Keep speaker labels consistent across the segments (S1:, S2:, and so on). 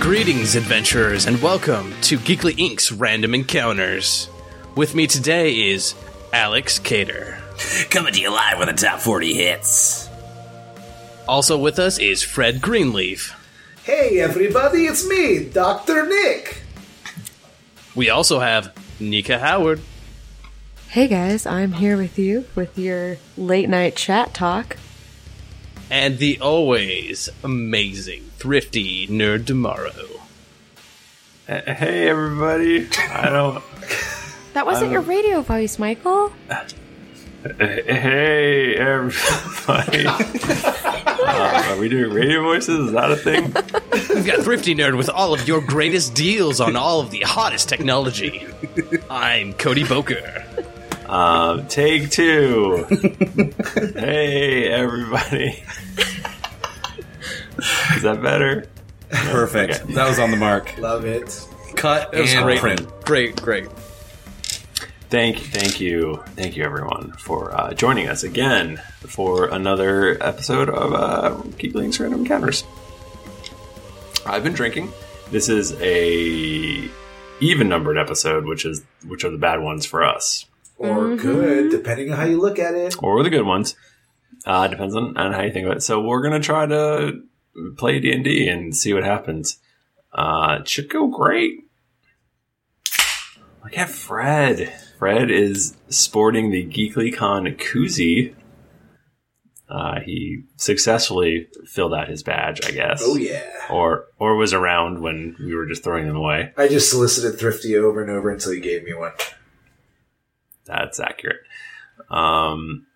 S1: Greetings, adventurers, and welcome to Geekly Inc.'s Random Encounters. With me today is Alex Cater.
S2: Coming to you live with the top 40 hits.
S1: Also with us is Fred Greenleaf.
S3: Hey everybody, it's me, Dr. Nick.
S1: We also have Nika Howard.
S4: Hey guys, I'm here with you with your late night chat talk.
S1: and the always amazing, thrifty Nerd Tomorrow.
S5: Hey everybody! I don't.
S4: That wasn't your radio voice, Michael.
S5: hey everybody! Uh, are we doing radio voices? Is that a thing?
S1: We've got Thrifty Nerd with all of your greatest deals on all of the hottest technology. I'm Cody Boker.
S5: Um, take two. hey everybody! Is that better?
S6: Perfect. That was on the mark.
S3: Love it.
S6: Cut and
S1: great.
S6: print.
S1: Great, great.
S5: Thank, thank you, thank you everyone for uh, joining us again for another episode of uh, Geekling's Random Encounters. I've been drinking. This is a even numbered episode, which is which are the bad ones for us,
S3: Or good, depending on how you look at it.
S5: or the good ones. Uh, depends on, on how you think about it. So we're gonna try to play D and D and see what happens. Uh, it should go great. Look at Fred. Fred is sporting the GeeklyCon koozie. Uh, he successfully filled out his badge, I guess.
S3: Oh yeah.
S5: Or or was around when we were just throwing them away.
S3: I just solicited Thrifty over and over until he gave me one.
S5: That's accurate. Um,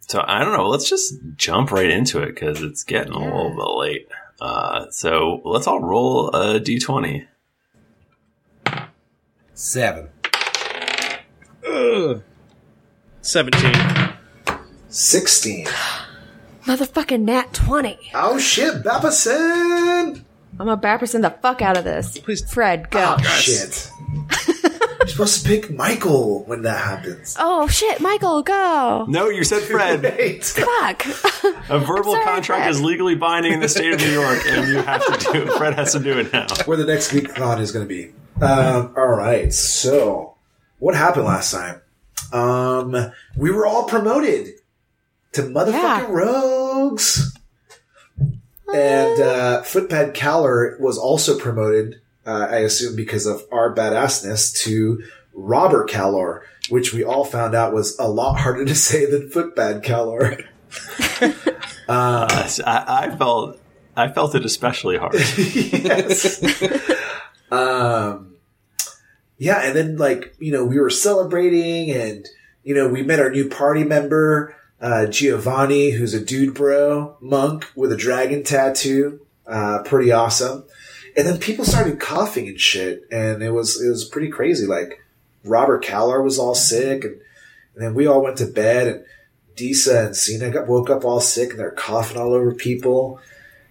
S5: so I don't know. Let's just jump right into it because it's getting a little bit late. Uh, so let's all roll a d20.
S6: Seven.
S1: 17.
S3: 16.
S4: Motherfucking Nat 20.
S3: Oh shit, Bappason!
S4: I'm a Bapperson the fuck out of this.
S1: Please-
S4: Fred, go. Oh,
S3: Shit. You're supposed to pick Michael when that happens.
S4: Oh, shit, Michael, go.
S5: No, you said Fred.
S3: Great.
S4: Fuck.
S5: a verbal
S4: sorry,
S5: contract
S4: Fred.
S5: is legally binding in the state of New York, and you have to do it. Fred has to do it now.
S3: Where the next Geek Con is going to be. Um, all right, so what happened last time? Um, we were all promoted to motherfucking
S4: Yeah.
S3: rogues. And uh, Footpad Caller was also promoted, uh, I assume because of our badassness, to Robber Calor, which we all found out was a lot harder to say than Footpad Calor.
S5: Uh, I, I felt I felt it especially hard.
S3: yes. um, yeah, and then like you know we were celebrating, and you know we met our new party member uh, Giovanni, who's a dude bro monk with a dragon tattoo, uh, pretty awesome. And then people started coughing and shit, and it was it was pretty crazy. Like Robert Callar was all sick, and, and then we all went to bed, and Disa and Cena got woke up all sick, and they're coughing all over people,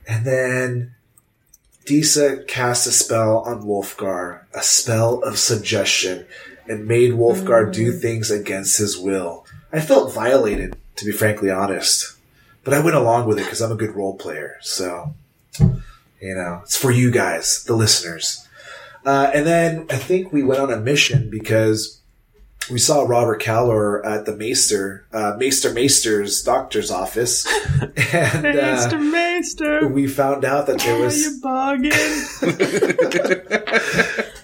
S3: and then. Disa cast a spell on Wolfgar, a spell of suggestion, and made Wolfgar do things against his will. I felt violated, to be frankly honest, but I went along with it because I'm a good role player. So, you know, it's for you guys, the listeners. Uh, and then I think we went on a mission because we saw Robert Callor at the Maester, uh, Maester Maester's doctor's office, and uh,
S5: Maester,
S3: we found out that there was
S5: bugging?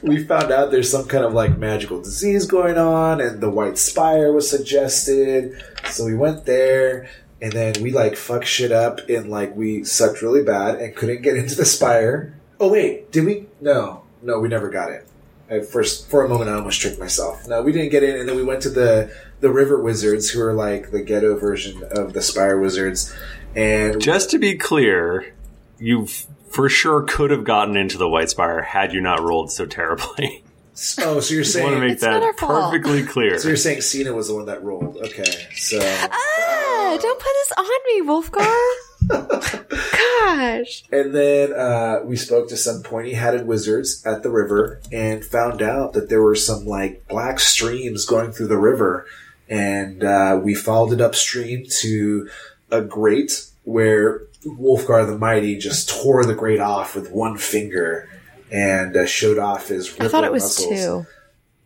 S3: we found out there's some kind of like magical disease going on, and the white spire was suggested. So we went there, and then we like fucked shit up, and like we sucked really bad and couldn't get into the spire. Oh wait, did we? No, no, we never got it. At first, for a moment, I almost tricked myself. No, we didn't get in, and then we went to the the river wizards, who are like the ghetto version of the spire wizards, and
S5: Just to be clear, you f- for sure could have gotten into the White Spire had you not rolled so terribly.
S3: oh, so you're
S5: I want to
S3: saying
S5: make
S4: It's not our
S5: that
S4: fault.
S5: perfectly clear.
S3: so you're saying Cena was the one that rolled? Okay, so
S4: Ah, don't put this on me, Wolfgar. Gosh.
S3: And then uh, we spoke to some pointy hatted wizards at the river and found out that there were some like black streams going through the river. And uh, we followed it upstream to a grate where Wolfgar the Mighty just tore the grate off with one finger and uh, showed off his.
S4: I thought
S3: ripple
S4: it was
S3: muscles.
S4: two.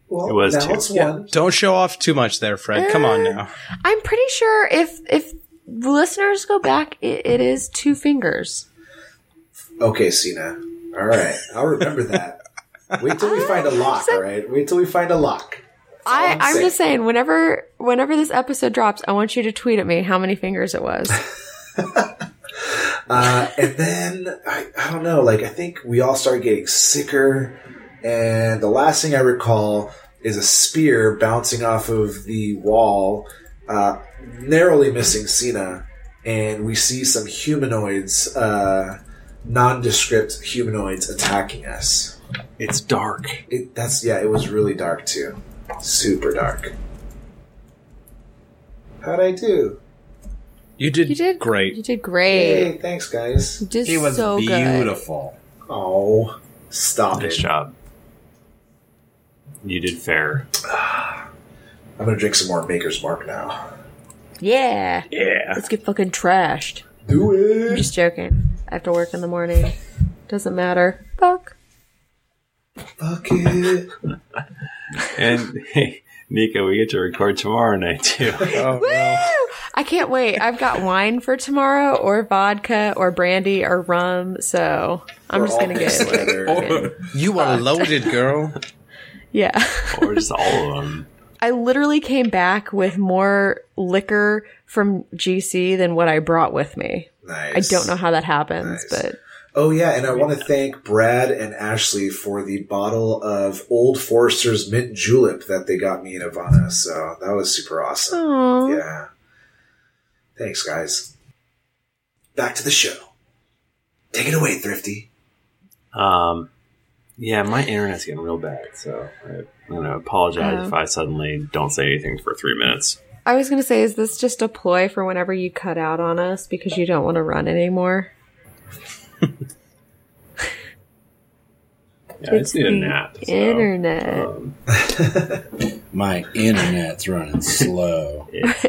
S3: Well,
S5: It was
S3: now
S5: two.
S3: It's
S1: Yeah,
S3: one.
S1: don't show off too much there, Fred. Come on now.
S4: I'm pretty sure if if listeners go back, it, it is two fingers.
S3: Okay, Cena. All right, I'll remember that. Wait till we find a lock. All right, wait till we find a lock.
S4: I,
S3: I'm
S4: I'm
S3: saying.
S4: just saying, whenever whenever this episode drops, I want you to tweet at me how many fingers it was.
S3: Uh, and then I, I don't know. Like I think we all start getting sicker, and the last thing I recall is a spear bouncing off of the wall, uh, narrowly missing Cena, and we see some humanoids, uh, nondescript humanoids, attacking us.
S5: It's dark.
S3: It, that's yeah. It was really dark too, super dark. How'd I do?
S1: You did,
S4: You did
S1: great.
S4: You did great.
S3: Hey, thanks guys.
S4: You did
S6: He was
S4: so good.
S6: beautiful.
S3: Oh, stop
S5: Nice
S3: it.
S5: job. You did fair.
S3: I'm gonna drink some more Maker's Mark now.
S4: Yeah.
S5: Yeah.
S4: Let's get fucking trashed.
S3: Do
S4: I'm
S3: it.
S4: just joking. I have to work in the morning. Doesn't matter. Fuck.
S3: Fuck it.
S5: And hey, Nico, we get to record tomorrow night too.
S4: I can't wait. I've got wine for tomorrow, or vodka, or brandy, or rum. So I'm
S3: We're
S4: just gonna
S3: all
S4: get
S3: mixed
S4: like,
S3: together.
S4: fucking-
S1: You are loaded, girl.
S4: yeah.
S5: or just all of them.
S4: I literally came back with more liquor from GC than what I brought with me. I
S3: Nice.
S4: don't know how that happens,
S3: Nice.
S4: but
S3: Oh yeah, and I want to thank Brad and Ashley for the bottle of Old Forster's mint julep that they got me in Ivana. So that was super awesome.
S4: Aw.
S3: Yeah. Thanks, guys. Back to the show. Take it away, Thrifty.
S5: Um, yeah, my internet's getting real bad, so I, am gonna apologize
S4: Oh.
S5: if I suddenly don't say anything for three minutes.
S4: I was gonna say, is this just a ploy for whenever you cut out on us because you don't want to run anymore?
S5: Yeah, I just need a nap. so,
S4: Internet.
S5: um,
S6: My internet's running slow.
S5: it's,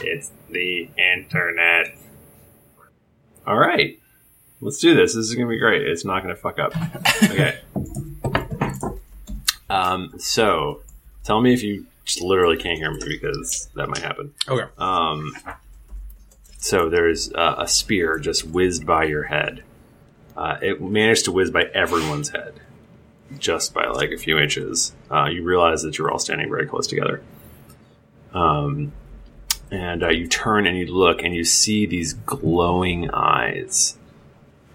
S5: it's the internet. All right, let's do this. This is gonna be great. It's not gonna fuck up. Okay. um. So, tell me if you just literally can't hear me because that might happen.
S1: Okay.
S5: Um, so there's uh, a spear just whizzed by your head. Uh, it managed to whiz by everyone's head, just by like a few inches. Uh, you realize that you're all standing very close together. Um, and uh, you turn and you look and you see these glowing eyes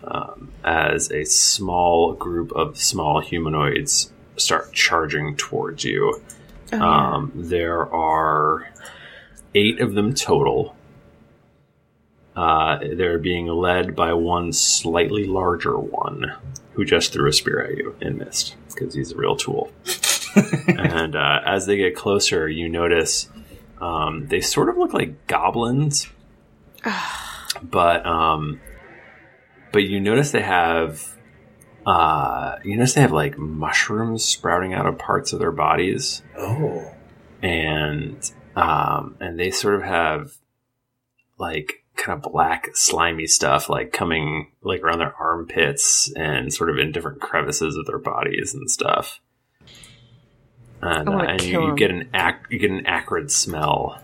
S5: um, as a small group of small humanoids start charging towards you. Um, there are eight of them total. Uh, they're being led by one slightly larger one who just threw a spear at you and missed because he's a real tool. and uh, as they get closer, you notice um, they sort of look like goblins, but um, but you notice they have uh, you notice they have like mushrooms sprouting out of parts of their bodies
S3: Oh.
S5: and um, and they sort of have like kind of black slimy stuff like coming like around their armpits and sort of in different crevices of their bodies and stuff. And,
S4: I
S5: uh,
S4: wanna
S5: and you,
S4: kill
S5: you
S4: 'em.
S5: get an ac- you get an acrid smell.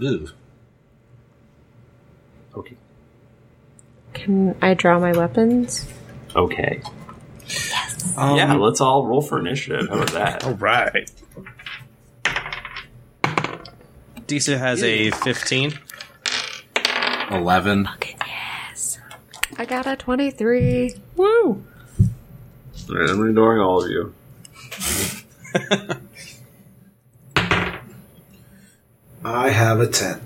S6: Ooh.
S5: Okay.
S4: Can I draw my weapons?
S5: Okay.
S6: Um,
S5: yeah, let's all roll for initiative. How about that?
S1: All right. Disa has a 15.
S6: 11.
S4: I got a 23.
S5: All right, I'm ignoring all of you.
S3: I have a ten.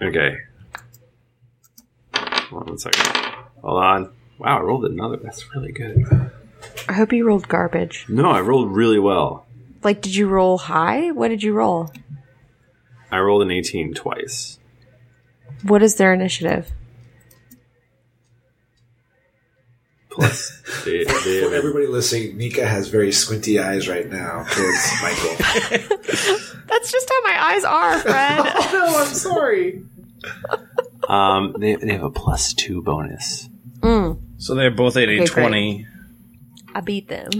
S5: Okay. Hold on one second. Hold on. Wow, I rolled another. That's really good.
S4: I hope you rolled garbage.
S5: No, I rolled really well.
S4: Like, did you roll high? What did you roll?
S5: I rolled an 18 twice.
S4: What is their initiative?
S5: Plus, they, they have
S3: For everybody listening, Nika has very squinty eyes right now towards Michael.
S4: That's just how my eyes are, Fred.
S3: oh no, I'm sorry.
S5: um, they, they have a plus two bonus
S1: So they're both at a
S4: great.
S1: 20.
S4: I beat them.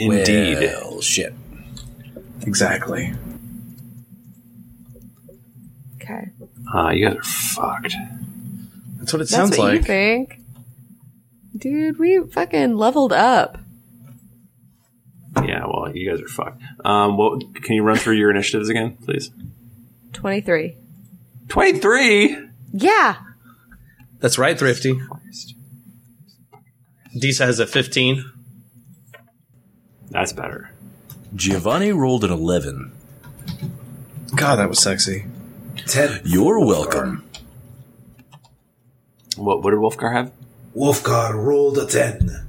S1: Indeed.
S6: Well, shit.
S1: Exactly.
S4: Okay.
S5: Uh, you guys are fucked.
S1: That's what it
S4: That's
S1: sounds
S4: what you
S1: like.
S4: think. Dude, we fucking leveled up.
S5: Yeah, well, you guys are fucked. Um, well, can you run through your initiatives again, please?
S4: 23.
S5: 23?
S4: Yeah.
S1: That's right, Thrifty. Disa has a 15.
S5: That's better.
S6: Giovanni rolled an 11.
S1: God, that was sexy.
S3: Ten.
S6: You're welcome.
S5: What, what did Wolfgar have?
S3: Wolfgar rolled a ten.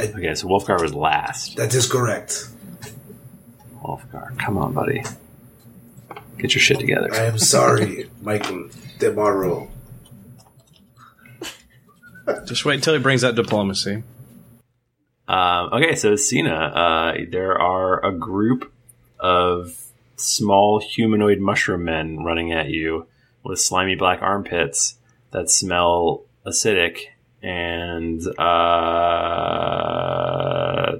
S5: Okay, so Wolfgar was last.
S3: That is correct.
S5: Wolfgar, come on, buddy. Get your shit
S3: I
S5: together.
S3: am sorry, Michael Demaro.
S1: Just wait until he brings out diplomacy.
S5: Um, okay, so Cena, uh, there are a group of small humanoid mushroom men running at you with slimy black armpits that smell acidic, and uh,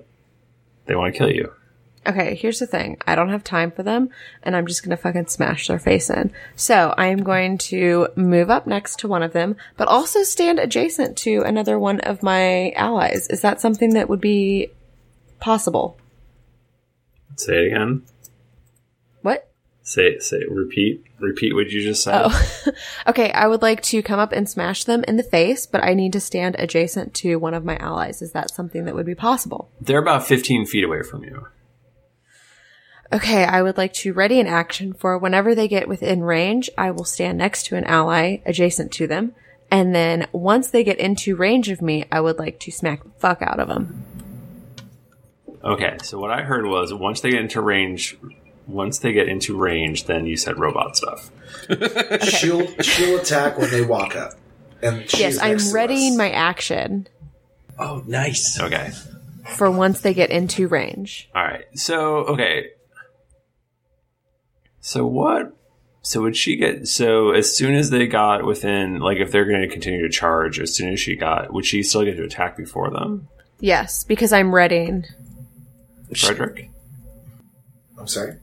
S5: they want to kill you.
S4: Okay, here's the thing. I don't have time for them, and I'm just gonna fucking smash their face in. So I am going to move up next to one of them, but also stand adjacent to another one of my allies. Is that something that would be possible?
S5: Say it again.
S4: What?
S5: Say say repeat repeat what you just said.
S4: Okay, I would like to come up and smash them in the face, but I need to stand adjacent to one of my allies. Is that something that would be possible?
S5: They're about fifteen feet away from you.
S4: Okay, I would like to ready an action for whenever they get within range, I will stand next to an ally adjacent to them. And then once they get into range of me, I would like to smack the fuck out of them.
S5: Okay, so what I heard was once they get into range, once they get into range, then you said robot stuff.
S3: She'll she'll attack when they walk up. And she's
S4: Yes, I'm
S3: next to
S4: readying
S3: us.
S4: my action
S6: Oh, nice.
S5: Okay,
S4: for once they get into range.
S5: all right. So okay, so what? So would she get? So as soon as they got within, like if they're going to continue to charge, as soon as she got, would she still get to attack before them,
S4: Yes, because I'm readying.
S5: Frederick?
S3: I'm sorry.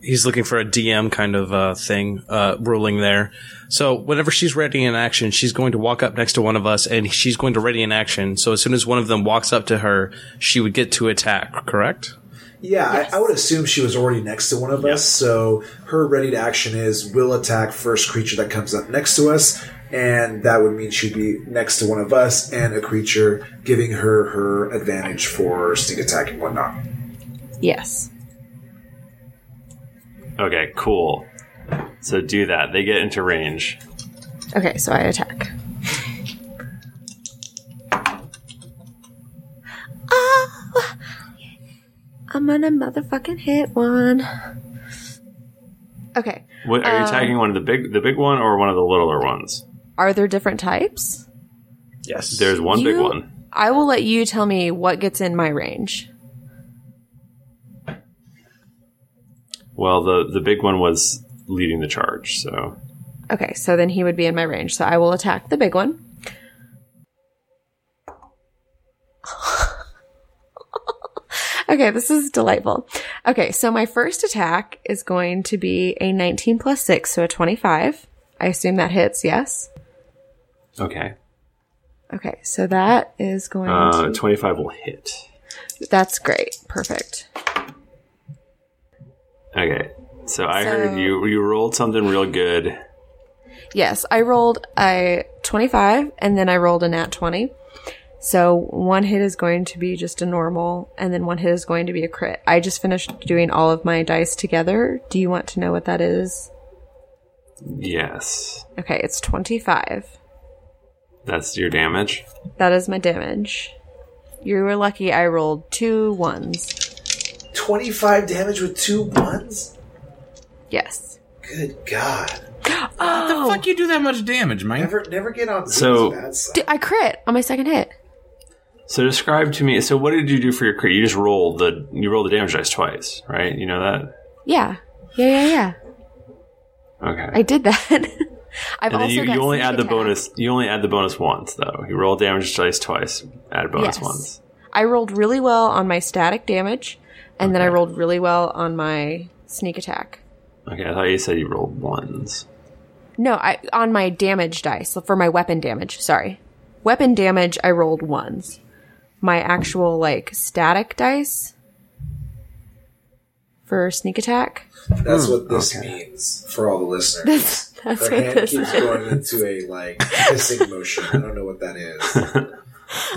S1: He's looking for a DM kind of uh, thing, uh, ruling there. So whenever she's ready in action, she's going to walk up next to one of us and she's going to ready in action. So as soon as one of them walks up to her, she would get to attack, correct?
S3: Yeah, I, I would assume she was already next to one of us, so her ready to action is will attack first creature that comes up next to us, and that would mean she'd be next to one of us and a creature, giving her her advantage for sneak attack and whatnot.
S4: Yes.
S5: Okay, cool. So do that. They get into range.
S4: Okay, so I attack. Oh, I'm gonna motherfucking hit one. Okay,
S5: What, are you attacking one of the big, the big one, or one of the littler ones?
S4: are there different types?
S1: Yes.
S5: There's one big
S4: You-
S5: one.
S4: I will let you tell me what gets in my range.
S5: Well, the the big one was leading the charge, so
S4: Okay, so then he would be in my range, so I will attack the big one. okay, this is delightful. Okay, so my first attack is going to be a 19 plus 6, so a 25. I assume that hits, yes?
S5: okay.
S4: Okay, so that is going
S5: Uh,
S4: to.
S5: Twenty five will hit.
S4: That's great. Perfect.
S5: Okay, so I
S4: So-
S5: heard you you rolled something real good.
S4: Yes, I rolled a 25 and then I rolled a nat 20. So one hit is going to be just a normal and then one hit is going to be a crit. I just finished doing all of my dice together. Do you want to know what that is?
S5: Yes,
S4: Okay, it's 25.
S5: that's your damage.
S4: That is my damage. You were lucky I rolled two ones.
S3: 25 damage with two ones?
S4: Yes.
S3: Good God.
S6: How the fuck you do that much damage, man?
S3: Never never get on so,
S5: So-
S3: bad side.
S4: D- I crit on my second hit.
S5: So describe to me. So what did you do for your crit? You just rolled the you rolled the damage dice twice, right? You know that.
S4: Yeah. Yeah, yeah, yeah.
S5: Okay.
S4: I did that. I've
S5: And then
S4: also
S5: you,
S4: got
S5: you only
S4: sneak
S5: add the
S4: attack.
S5: bonus. You only add the bonus once, though. You roll damage dice twice. Add bonus
S4: Yes.
S5: once.
S4: I rolled really well on my static damage, and then I rolled really well on my sneak attack.
S5: Okay, I thought you said you rolled ones.
S4: No, I on my damage dice for my weapon damage. Sorry, weapon damage. I rolled ones. My actual like static dice for sneak attack.
S6: Hmm,
S3: That's what this means for all the listeners.
S4: That's that's
S3: Her
S4: what
S3: hand
S4: this
S3: keeps
S4: is.
S3: going into a like hissing motion. I don't know what that is.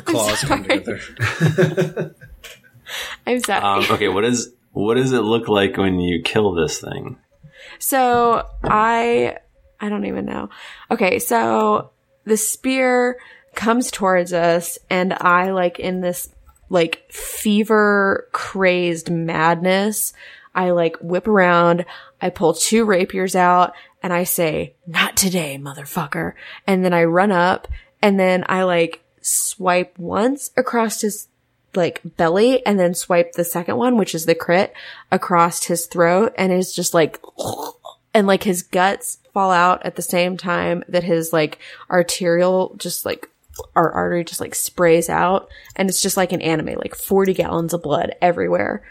S1: claws come
S4: sorry.
S1: together.
S4: I'm sorry.
S5: Um, okay, what is what does it look like when you kill this thing?
S4: So I I don't even know. Okay, so the spear comes towards us and I like in this like fever crazed madness, I like whip around, I pull two rapiers out and I say, "Not today, motherfucker." And then I run up and then I like swipe once across his like belly and then swipe the second one, which is the crit, across his throat and is just like, and like his guts fall out at the same time that his like arterial just like, our artery just like sprays out and it's just like an anime, like 40 gallons of blood everywhere.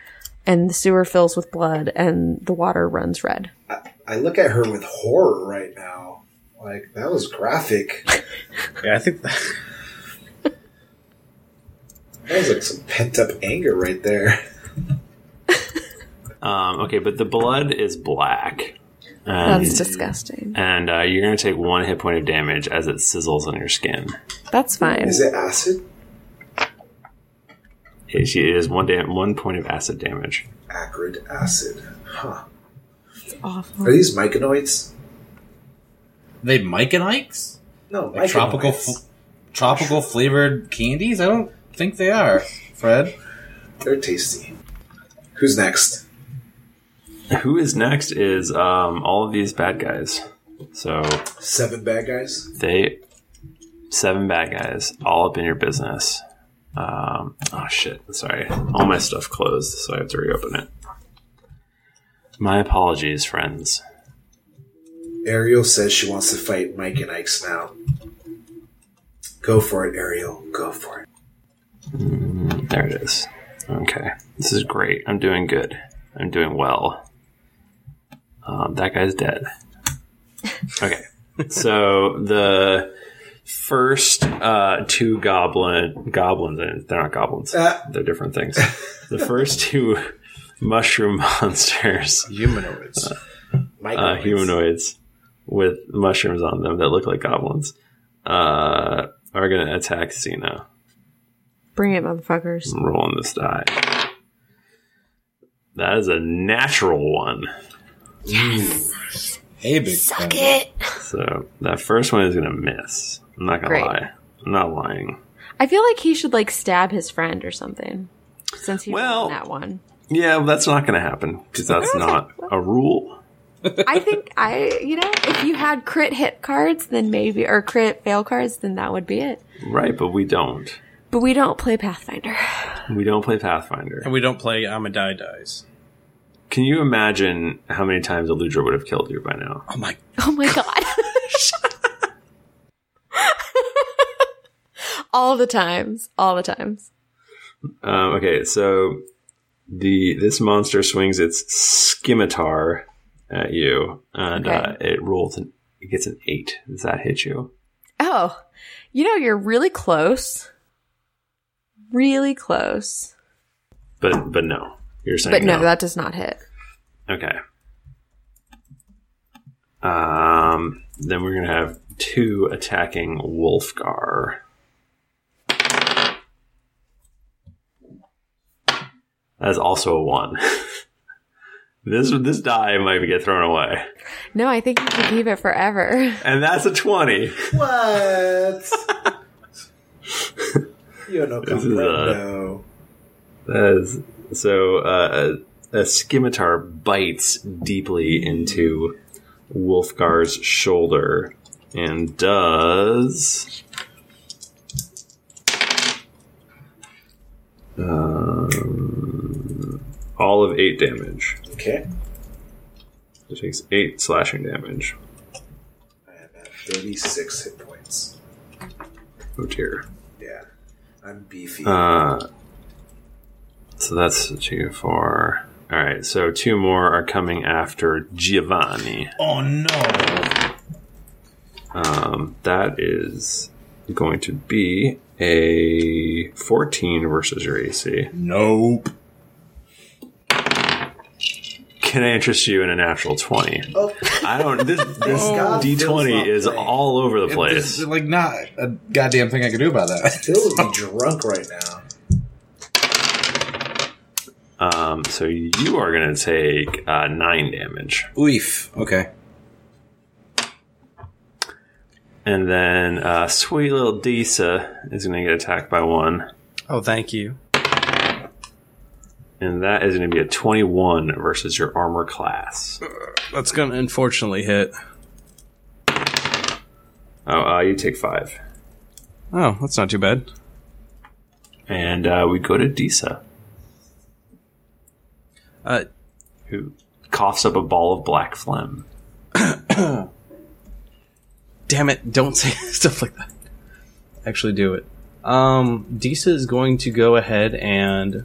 S4: And the sewer fills with blood and the water runs red.
S3: I look at her with horror right now. Like that was graphic.
S1: Yeah, I think
S3: That was like some pent up anger right there.
S5: Um, okay, but the blood is black, and
S4: That's disgusting.
S5: and uh, you're going to take one hit point of damage as it sizzles on your skin.
S4: That's fine.
S3: Is it acid?
S5: It, she- it is one dam- one point of acid damage.
S3: Acrid acid. Huh.
S4: Awful.
S3: Are these myconoids?
S6: They Mike and Ike's?
S3: No,
S6: Like tropical,
S3: myconoids.
S6: fl- tropical flavored candies? I don't think they are, Fred.
S3: They're tasty. Who's next?
S5: Who is next? Is um, all of these bad guys? So
S3: Seven bad guys.
S5: they seven bad guys all up in your business. Um, oh shit! Sorry, all my stuff closed, so I have to reopen it. My apologies, friends.
S3: Ariel says she wants to fight Mike and Ike's now. Go for it, Ariel. Go for it.
S5: There it is. Okay. This is great. I'm doing good. I'm doing well. Um, that guy's dead. Okay. so the first uh, two goblin goblins they're not goblins
S3: Ah.
S5: they're different things the first two mushroom monsters
S6: Humanoids.
S5: uh,
S3: Myconoids.
S5: humanoids with mushrooms on them that look like goblins uh, are going to attack Xena.
S4: Bring it, motherfuckers.
S5: I'm rolling this die. That is a natural one.
S6: Hey, big Suck it.
S5: So that first one is gonna miss. I'm not gonna
S4: Great.
S5: lie. I'm not lying.
S4: I feel like he should like stab his friend or something. Since he
S5: Well-
S4: won that one.
S5: Yeah, well, that's not gonna happen because that's not a rule.
S4: I think I, you know, if you had crit hit cards, then maybe, or crit fail cards, then that would be it.
S5: Right, but we don't.
S4: But we don't play Pathfinder.
S5: We don't play Pathfinder.
S1: and we don't play Amadai dies.
S5: Can you imagine how many times Eludra would have killed you by now?
S1: Oh my!
S4: Oh my god. all the times. All the times.
S5: Um, okay, so the this monster swings its scimitar at you, and
S4: Okay.
S5: uh, it rolls. An, it gets an eight. Does that hit you?
S4: Oh, you know, you're really close. Really close.
S5: But but no, you're saying
S4: But no,
S5: no.
S4: that does not hit.
S5: okay. Um, then we're gonna have two attacking Wolfgar. That is also a one. this this die might get thrown away,
S4: No, I think you can keep it forever.
S5: and that's a twenty.
S3: What? you don't know
S5: This is, uh,
S3: comprendo.
S5: That is, so uh, a, a scimitar bites deeply into Wolfgar's shoulder and does. Um, all of eight damage.
S3: Okay.
S5: It takes eight slashing damage.
S3: I am 36 hit points.
S5: Oh dear.
S3: Yeah. I'm beefy.
S5: Uh, so that's two, four. All right, so two more are coming after Giovanni.
S6: Oh no!
S5: Um, that is going to be a 14 versus your AC.
S6: Nope.
S5: Can I interest you in a natural 20?
S3: oh,
S5: I don't. This, this
S3: God, Bill's
S5: D20
S3: not
S5: is
S3: playing.
S5: all over the
S6: There's
S5: place.
S6: like not a goddamn thing I can do about that.
S3: Bill would be drunk right now.
S5: Um, so you are going to take uh, nine damage.
S6: Oof. Okay.
S5: And then uh, sweet little Disa is going to get attacked by one.
S1: Oh, thank you.
S5: And that is going to be a 21 versus your armor class.
S1: That's gonna unfortunately hit.
S5: Oh, uh, you take five.
S1: Oh, that's not too bad.
S5: And uh, we go to Disa,
S1: Uh,
S5: who coughs up a ball of black phlegm.
S1: damn it! Don't say stuff like that. Actually, do it. Um, Disa is going to go ahead and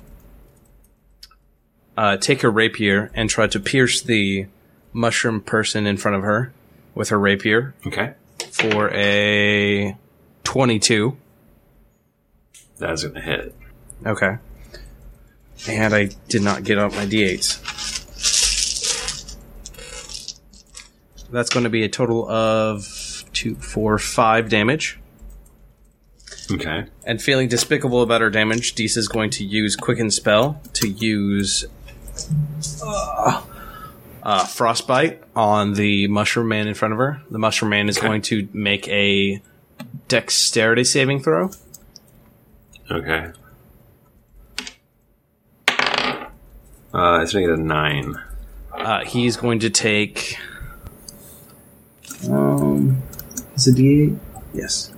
S1: uh, take her rapier and try to pierce the mushroom person in front of her with her rapier
S5: Okay.
S1: for a twenty-two.
S5: That is going to hit.
S1: Okay. And I did not get out my d8s. That's going to be a total of two, four, five damage.
S5: Okay.
S1: And feeling despicable about her damage, Dees is going to use Quicken Spell to use uh, uh, Frostbite on the Mushroom Man in front of her. The Mushroom Man is going to make a Dexterity saving throw.
S5: Okay. Uh, it's going to get a nine.
S1: Uh, he's going to take. Um, is it D8? Yes.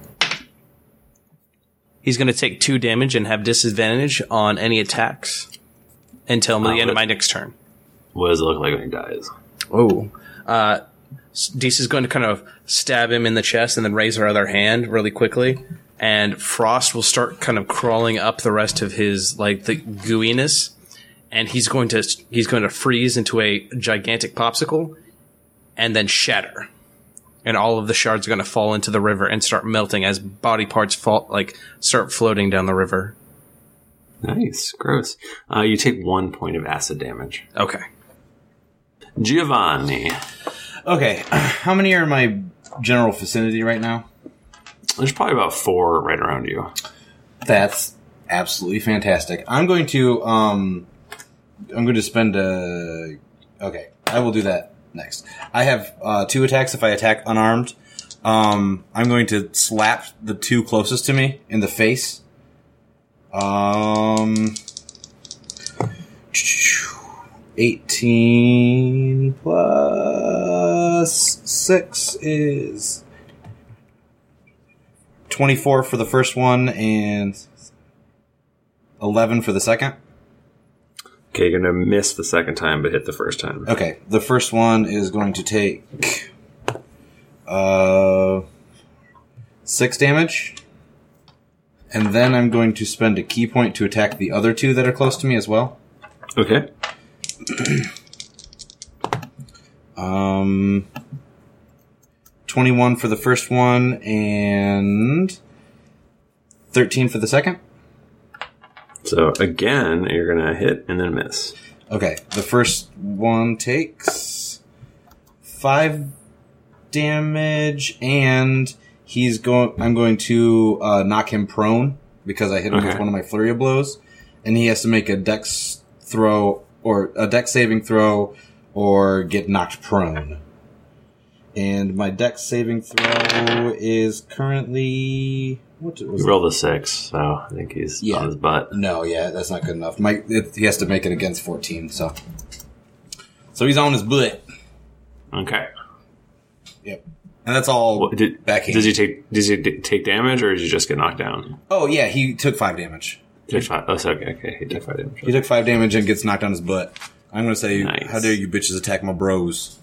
S1: He's going to take two damage and have disadvantage on any attacks until the
S5: Wow,
S1: end of
S5: that-
S1: my next turn.
S5: What does it look like when he dies?
S1: Oh. Uh, Dees is going to kind of stab him in the chest and then raise her other hand really quickly. And Frost will start kind of crawling up the rest of his, like, the gooiness. And he's going to, he's going to freeze into a gigantic popsicle and then shatter. And all of the shards are going to fall into the river and start melting as body parts fall, like, start floating down the river.
S5: Nice. Gross. Uh, you take one point of acid damage.
S1: Okay.
S5: Giovanni.
S6: Okay. How many are in my general vicinity right now?
S5: There's probably about four right around you.
S6: That's absolutely fantastic. I'm going to um I'm going to spend a okay, I will do that next. I have uh two attacks if I attack unarmed. Um I'm going to slap the two closest to me in the face. Um 18 plus 6 is 24 for the first one and 11 for the second.
S5: Okay, you're gonna miss the second time, but hit the first time.
S6: Okay, the first one is going to take uh 6 damage. And then I'm going to spend a key point to attack the other two that are close to me as well.
S5: Okay.
S6: Um 21 for the first one and 13 for the second.
S5: So again, you're gonna hit and then miss.
S6: Okay, the first one takes five damage, and he's going. I'm going to uh, knock him prone because I hit him with
S5: Okay.
S6: one of my flurry of blows, and he has to make a dex throw or a dex saving throw or get knocked prone. And my dex saving throw is currently what was
S5: You rolled a six, so I think he's
S6: Yeah.
S5: on his butt.
S6: no, yeah, that's not good enough. Mike, it, he has to make it against 14, so. So he's on his butt.
S5: Okay.
S6: Yep. And that's all
S5: What, did,
S6: backhand.
S5: did you take did you d- take damage or did you just get knocked down?
S6: oh, yeah, he took five damage.
S5: Take five. Oh, so, okay, okay. He took five damage.
S6: He took five damage and gets knocked on his butt. I'm going to say,
S5: Nice.
S6: how dare you bitches attack my bros.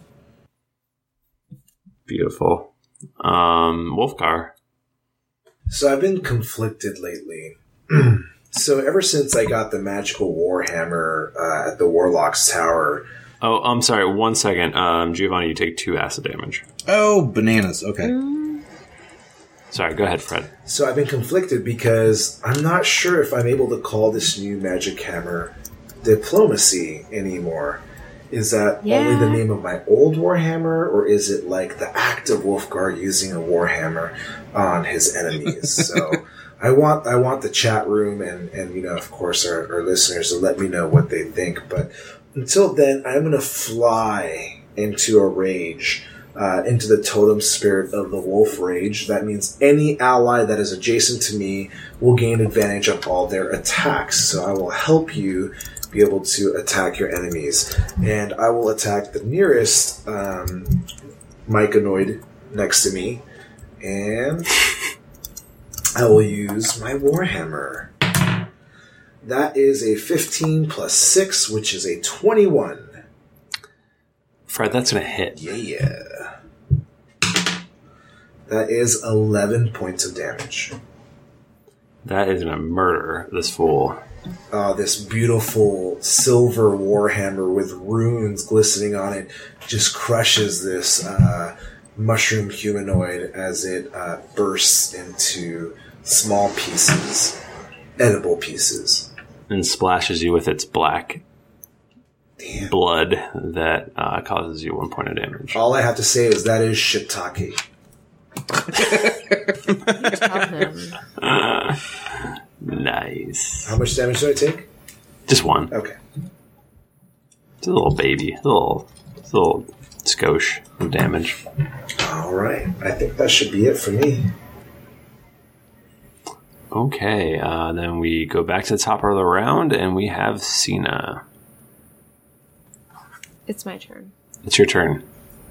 S5: Beautiful. Um, Wolfgar.
S3: So I've been conflicted lately. so ever since I got the magical warhammer uh, at the Warlock's Tower,
S5: Oh, I'm sorry. One second. Um, Giovanni, you take two acid damage.
S6: Oh, bananas. Okay.
S5: Sorry. Go ahead, Fred.
S3: so I've been conflicted because I'm not sure if I'm able to call this new magic hammer diplomacy anymore. Is that only the
S4: Yeah.
S3: name of my old warhammer, or is it like the act of Wolfgar using a warhammer on his enemies? so I want I want the chat room and and you know of course our, our listeners to let me know what they think. But until then, I'm gonna fly into a rage. Uh, into the totem spirit of the wolf rage. That means any ally that is adjacent to me will gain advantage on all their attacks. So I will help you be able to attack your enemies. And I will attack the nearest um, Myconoid next to me. And I will use my Warhammer. That is a 15 plus 6, which is a 21.
S5: Fred, that's gonna hit.
S3: Yeah, yeah. That is 11 points of damage.
S5: That is gonna murder this fool.
S3: uh, this beautiful silver warhammer with runes glistening on it just crushes this uh, mushroom humanoid as it uh, bursts into small pieces, edible pieces.
S5: and splashes you with its black
S3: Damn.
S5: blood that uh, causes you one point of damage.
S3: All I have to say is that is shiitake.
S4: Tell him.
S5: Nice.
S3: How much damage did I take?
S5: Just one.
S3: Okay.
S5: It's a little baby. It's a little, it's a little skosh of damage.
S3: All right. I think that should be it for me.
S5: Okay, uh, then we go back to the top of the round, and we have Cena.
S4: It's my turn.
S5: It's your turn.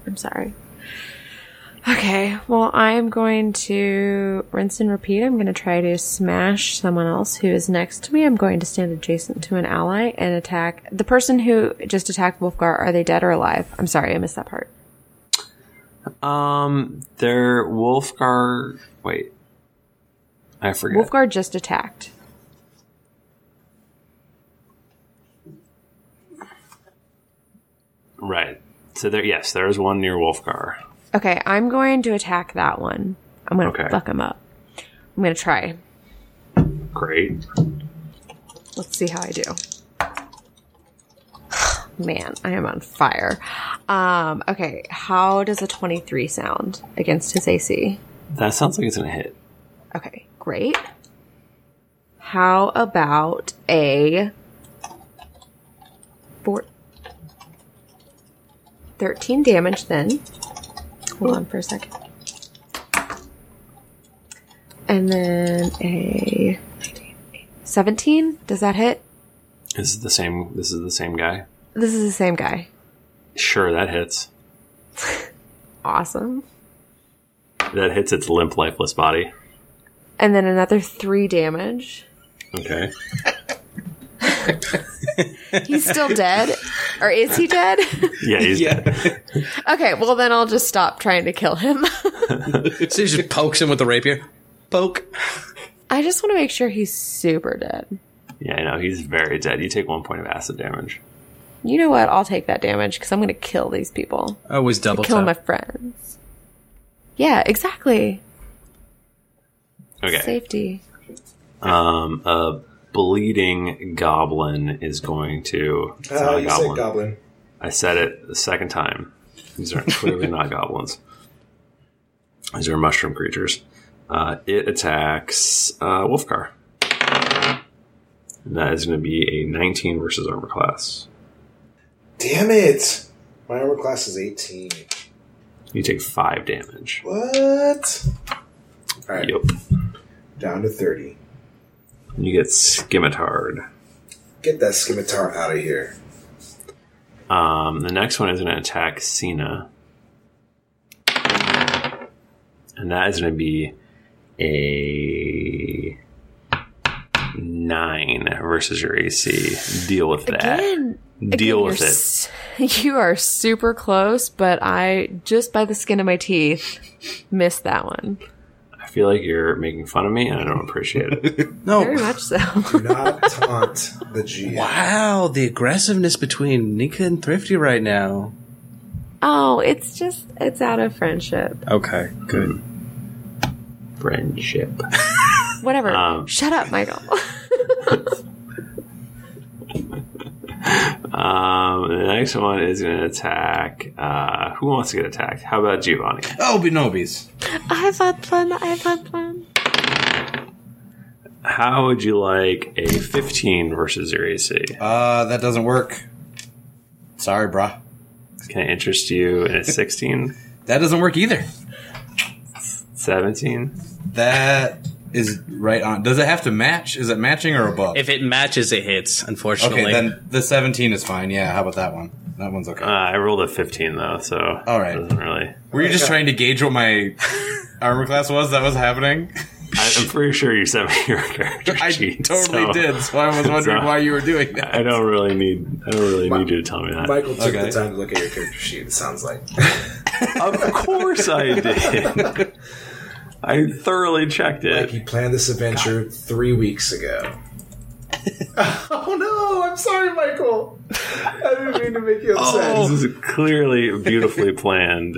S4: I'm sorry. Okay, well, I'm going to rinse and repeat. I'm going to try to smash someone else who is next to me. I'm going to stand adjacent to an ally and attack the person who just attacked Wolfgar. Are they dead or alive? I'm sorry, I missed that part.
S5: Um, their Wolfgar. Wait, I forget.
S4: Wolfgar just attacked.
S5: Right. So there, yes, there is one near Wolfgar.
S4: Okay, I'm going to attack that one. I'm going to
S5: Okay.
S4: fuck him up. I'm going to try.
S5: Great.
S4: Let's see how I do. Man, I am on fire. Um, okay, how does a 23 sound against his AC?
S5: That sounds like it's gonna hit.
S4: Okay, great. How about a four, 13 damage then? Hold on for a second. And then a 17. Does that hit?
S5: This is the same. This is the same guy.
S4: This is the same guy.
S5: Sure, that hits.
S4: Awesome.
S5: That hits its limp, lifeless body.
S4: And then another three damage.
S5: Okay.
S4: He's still dead? Or is he dead?
S5: Yeah, he's dead.
S4: okay, well, then I'll just stop trying to kill him.
S1: So he just pokes him with the rapier. Poke.
S4: I just want to make sure he's super dead.
S5: Yeah, I know. He's very dead. You take one point of acid damage.
S4: You know what? I'll take that damage because I'm going to kill these people.
S1: I always Oh, double
S4: kill
S1: tap.
S4: my friends. Yeah, exactly.
S5: Okay.
S4: Safety.
S5: Um, a bleeding goblin is going to. It's
S3: Uh,
S5: not a
S3: you
S5: goblin.
S3: said goblin.
S5: I said it the second time. These are clearly not goblins. These are mushroom creatures. Uh, it attacks uh, Wolfgar. And that is going to be a 19 versus armor class.
S3: Damn it! My armor class is 18.
S5: You take five damage.
S3: What? All right,
S5: Yep.
S3: down to 30.
S5: You get scimitard.
S3: Get that scimitar out of here.
S5: Um, the next one is going to attack Cena. And that is going to be a nine versus your AC. Deal with that.
S4: Again,
S5: Uh, Deal
S4: again,
S5: with
S4: you're
S5: it.
S4: s- You are super close, but I just by the skin of my teeth missed that one.
S5: I feel like you're making fun of me, and I don't appreciate it.
S4: Very
S1: No.
S4: much so.
S3: Do not taunt the GM.
S1: Wow, the aggressiveness between Nika and Thrifty right now.
S4: oh, it's just it's out of friendship.
S1: Okay, good.
S5: Friendship.
S4: Whatever.
S5: Um.
S4: Shut up, Michael.
S5: Um, the next one is going to attack. Uh, who wants to get attacked? How about Giovanni?
S6: Oh, Binobies.
S4: I've had fun. I've had fun.
S5: How would you like a 15 versus your AC?
S6: Uh, that doesn't work. Sorry, brah.
S5: Can I interest you in a 16,
S6: That doesn't work either.
S5: 17?
S6: That is right on. Does it have to match? Is it matching or above?
S1: If it matches, it hits. Unfortunately,
S6: okay, then the 17 is fine. Yeah, how about that one? That one's okay.
S5: Uh, I rolled a 15 though, so
S6: All right.
S5: it doesn't really.
S6: Were you
S1: uh,
S6: just trying to gauge what my armor class was that was happening?
S5: I, I'm pretty sure you sent me your character
S6: I
S5: sheet,
S6: totally
S5: so
S6: did, so I was wondering
S1: uh,
S5: so-
S6: why you were doing that.
S5: I don't really need. I don't really
S3: Mi-
S5: need you to tell me that.
S3: Michael took
S6: Okay.
S3: the time to look at your character sheet. It sounds like
S5: Of course I did. I thoroughly checked
S3: like
S5: it.
S3: he planned this adventure three weeks ago. oh no! I'm sorry, Michael. I didn't mean to make you upset.
S6: oh.
S5: This is clearly a beautifully planned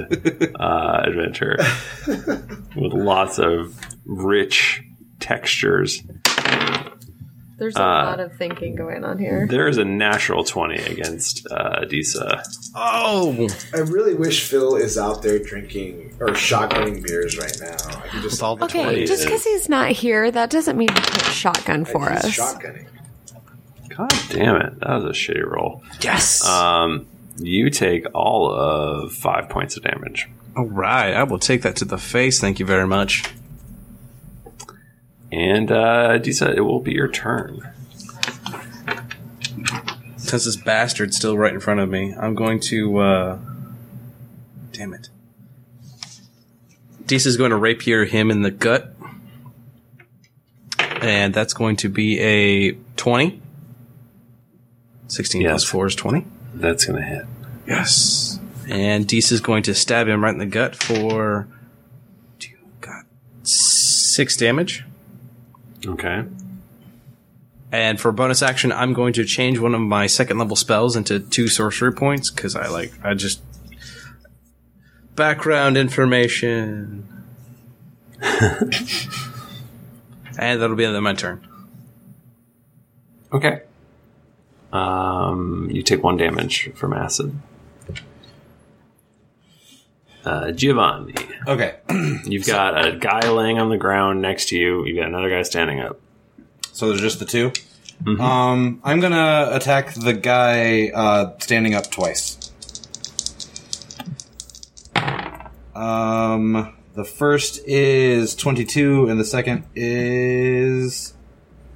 S5: uh, adventure with lots of rich textures.
S4: There's a
S5: Uh,
S4: lot of thinking going on here.
S5: There is a natural twenty against uh, Adisa.
S1: oh,
S3: I really wish Phil is out there drinking or shotgunning beers right now. I can just
S1: with all the
S4: Okay,
S1: 20s.
S4: just because he's not here, that doesn't mean he can't shotgun for
S3: he's
S4: us.
S3: shotgunning.
S5: God damn it! That was a shitty roll.
S1: Yes.
S5: Um, you take all of five points of damage.
S1: all right, I will take that to the face. Thank you very much.
S5: And uh, Adisa, it will be your turn.
S1: Since this bastard's still right in front of me, I'm going to. uh Damn it. Dees is going to rapier him in the gut. And that's going to be a 20. 16 plus
S5: Yes.
S1: 4 is 20.
S5: That's gonna hit.
S1: Yes. And Dees is going to stab him right in the gut for. Two, God. Six damage.
S5: Okay.
S1: And for bonus action, I'm going to change one of my second level spells into two sorcery points because I like I just background information. and that'll be the end of my turn.
S5: Okay. Um, you take one damage from acid. Uh, Giovanni,
S6: Okay,
S5: you've got a guy laying on the ground next to you. You've got another guy standing up.
S6: so there's just the 2
S1: Mm-hmm.
S6: Um, I'm gonna attack the guy uh, standing up twice. Um, the first is 22, and the second is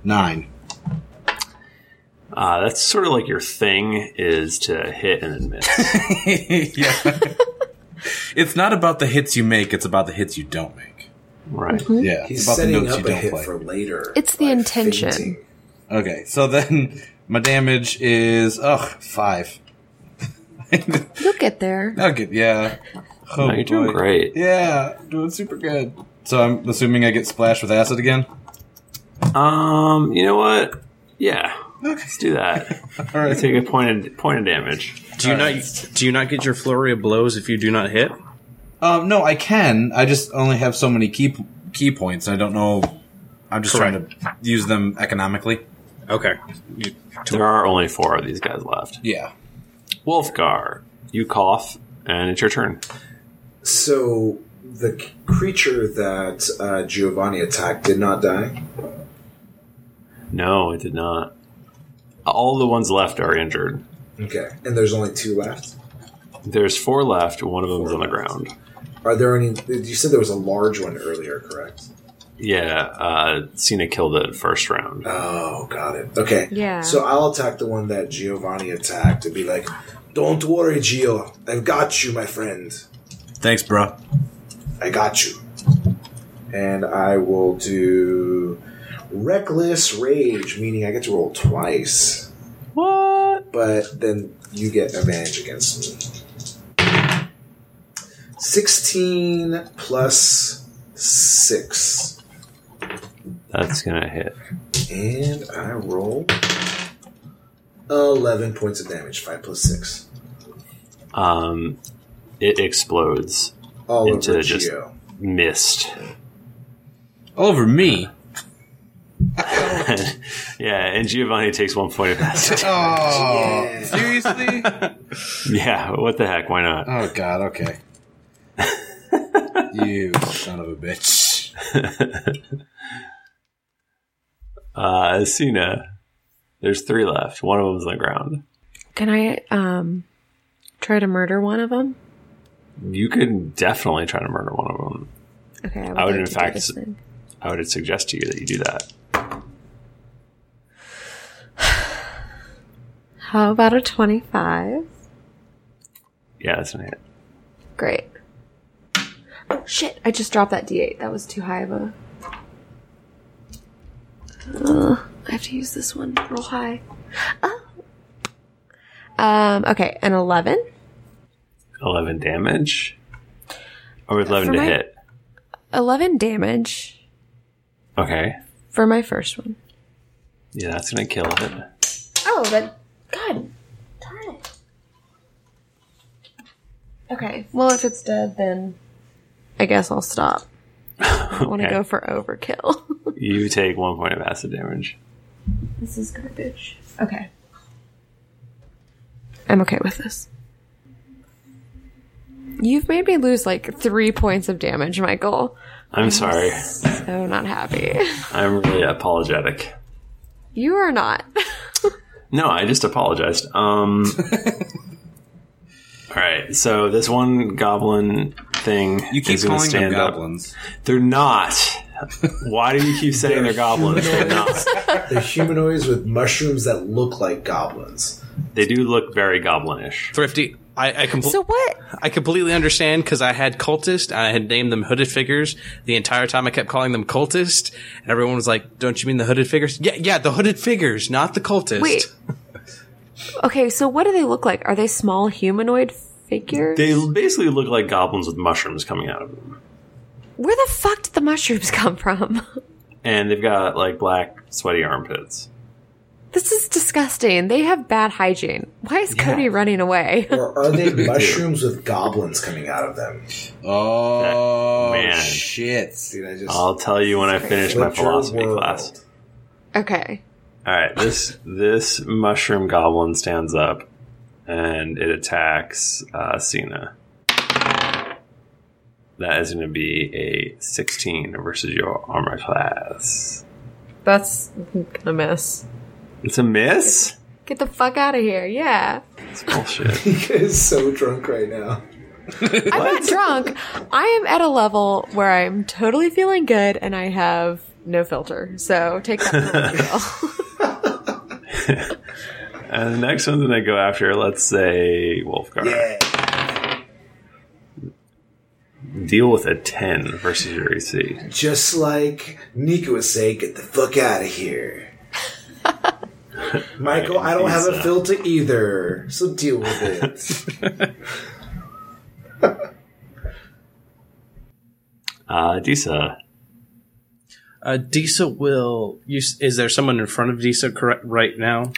S6: nine.
S5: Uh, that's sort of like your thing is to hit and then miss.
S6: yeah. it's not about the hits you make, it's about the hits you don't make.
S5: right.
S6: Yeah.
S3: He's
S6: it's about the
S3: setting
S6: notes
S3: up
S6: you
S3: a
S6: don't
S3: hit
S6: play.
S3: for later.
S4: It's the
S3: by
S4: intention.
S3: feinting.
S6: Okay, so then my damage is ugh, five.
S4: You'll get there.
S6: Okay, yeah. Oh,
S5: No, you're doing
S6: boy.
S5: great.
S6: Yeah, doing super good. So I'm assuming I get splashed with acid again?
S5: Um, you know what? Yeah, let's do that.
S6: Alright.
S5: Take a point of, point of damage.
S1: Do you not do you not get your flurry of blows if you do not hit?
S6: Um no, I can. I just only have so many key key points. I don't know I'm just trying to use them economically.
S1: Okay.
S5: There are only four of these guys left.
S6: Yeah.
S5: Wolfgar, you cough, and it's your turn.
S3: So the c- creature that uh, Giovanni attacked did not die.
S5: No, it did not. All the ones left are injured.
S3: Okay, and there's only two left.
S5: There's four left. One of them's on the ground.
S3: Are there any? You said there was a large one earlier, correct?
S5: Yeah, uh, Cena killed it first round.
S3: Oh, got it. Okay.
S4: Yeah.
S3: So I'll attack the one that Giovanni attacked and be like, "Don't worry, Gio. I've got you, my friend.
S6: Thanks, bro.
S3: I got you." And I will do Reckless Rage, meaning I get to roll twice. What? But then you get advantage against me. 16 plus 6.
S5: That's gonna hit.
S3: And I roll 11 points of damage, 5 plus 6.
S5: Um, it explodes
S3: All
S5: Into
S3: over
S5: just-
S3: Geo.
S5: mist.
S6: All over me.
S5: yeah, and Giovanni takes one point of acid.
S6: Oh,
S3: Yeah.
S6: seriously?
S5: yeah, what the heck? Why not?
S6: oh God. Okay. you son of a bitch.
S5: Uh, Cena, there's three left. One of them's on the ground.
S4: Can I um try to murder one of them?
S5: You could definitely try to murder one of them.
S4: Okay,
S5: I would,
S4: like to
S5: in
S4: do
S5: fact,
S4: this thing.
S5: I would suggest to you that you do that.
S4: How about a twenty-five?
S5: Yeah, that's gonna hit.
S4: Great. Oh shit! I just dropped that D8. That was too high of a. Ugh, I have to use this one. Roll high. Oh. Um. Okay, an eleven.
S5: 11 damage? Or with 11
S4: For
S5: to
S4: my-
S5: hit?
S4: Eleven damage
S5: Okay.
S4: for my first one.
S5: Yeah, that's gonna kill it.
S4: Oh, that. God. Darn it. Okay. Well, if it's dead, then I guess I'll stop. I want to
S5: Okay.
S4: go for overkill.
S5: You take one point of acid damage.
S4: this is garbage. Okay. I'm okay with this. You've made me lose like three points of damage, Michael.
S5: I'm sorry.
S4: So not happy.
S5: I'm really apologetic.
S4: You are not.
S5: No, I just apologized. Um. all right, so this one goblin thing
S6: You keep
S5: is gonna
S6: calling them
S5: stand up.
S6: goblins.
S5: They're not. Why do you keep saying they're goblins? They're not.
S3: They're humanoids with mushrooms that look like goblins.
S5: They do look very goblinish.
S1: Thrifty. I, I, compl-
S4: so what?
S1: I completely understand because I had cultist. and I had named them hooded figures the entire time. I kept calling them cultist, and everyone was like, "Don't you mean the hooded figures?" Yeah, yeah, the hooded figures, not the cultist.
S4: Wait. Okay, so what do they look like? Are they small humanoid figures?
S5: They basically look like goblins with mushrooms coming out of them.
S4: Where the fuck did the mushrooms come from?
S5: and they've got like black sweaty armpits.
S4: This is disgusting. They have bad hygiene. Why is Cody running away?
S3: Or are they mushrooms with goblins coming out of them?
S6: Oh
S5: Man.
S6: shit! See, I just
S5: I'll tell you when I finish my
S3: Flip your
S5: philosophy
S3: world.
S5: class.
S4: okay.
S5: All right, this this mushroom goblin stands up and it attacks uh, Cena. That is going to be a 16 versus your armor class.
S4: That's gonna miss.
S5: It's a miss.
S4: Get the fuck out of here. Yeah.
S5: It's bullshit.
S3: He is so drunk right now.
S4: I'm not drunk. I am at a level where I'm totally feeling good and I have no filter. So take that for what you will.
S5: and the next one's going to go after, let's say, Wolfgar.
S3: Yeah.
S5: Deal with a 10 versus your E AC.
S3: Just like Nico would say, get the fuck out of here. Michael, I don't have a
S5: Lisa.
S3: filter either, so deal with it.
S5: Uh, Disa,
S1: Uh, Disa will. Use, is there someone in front of Disa correct right now?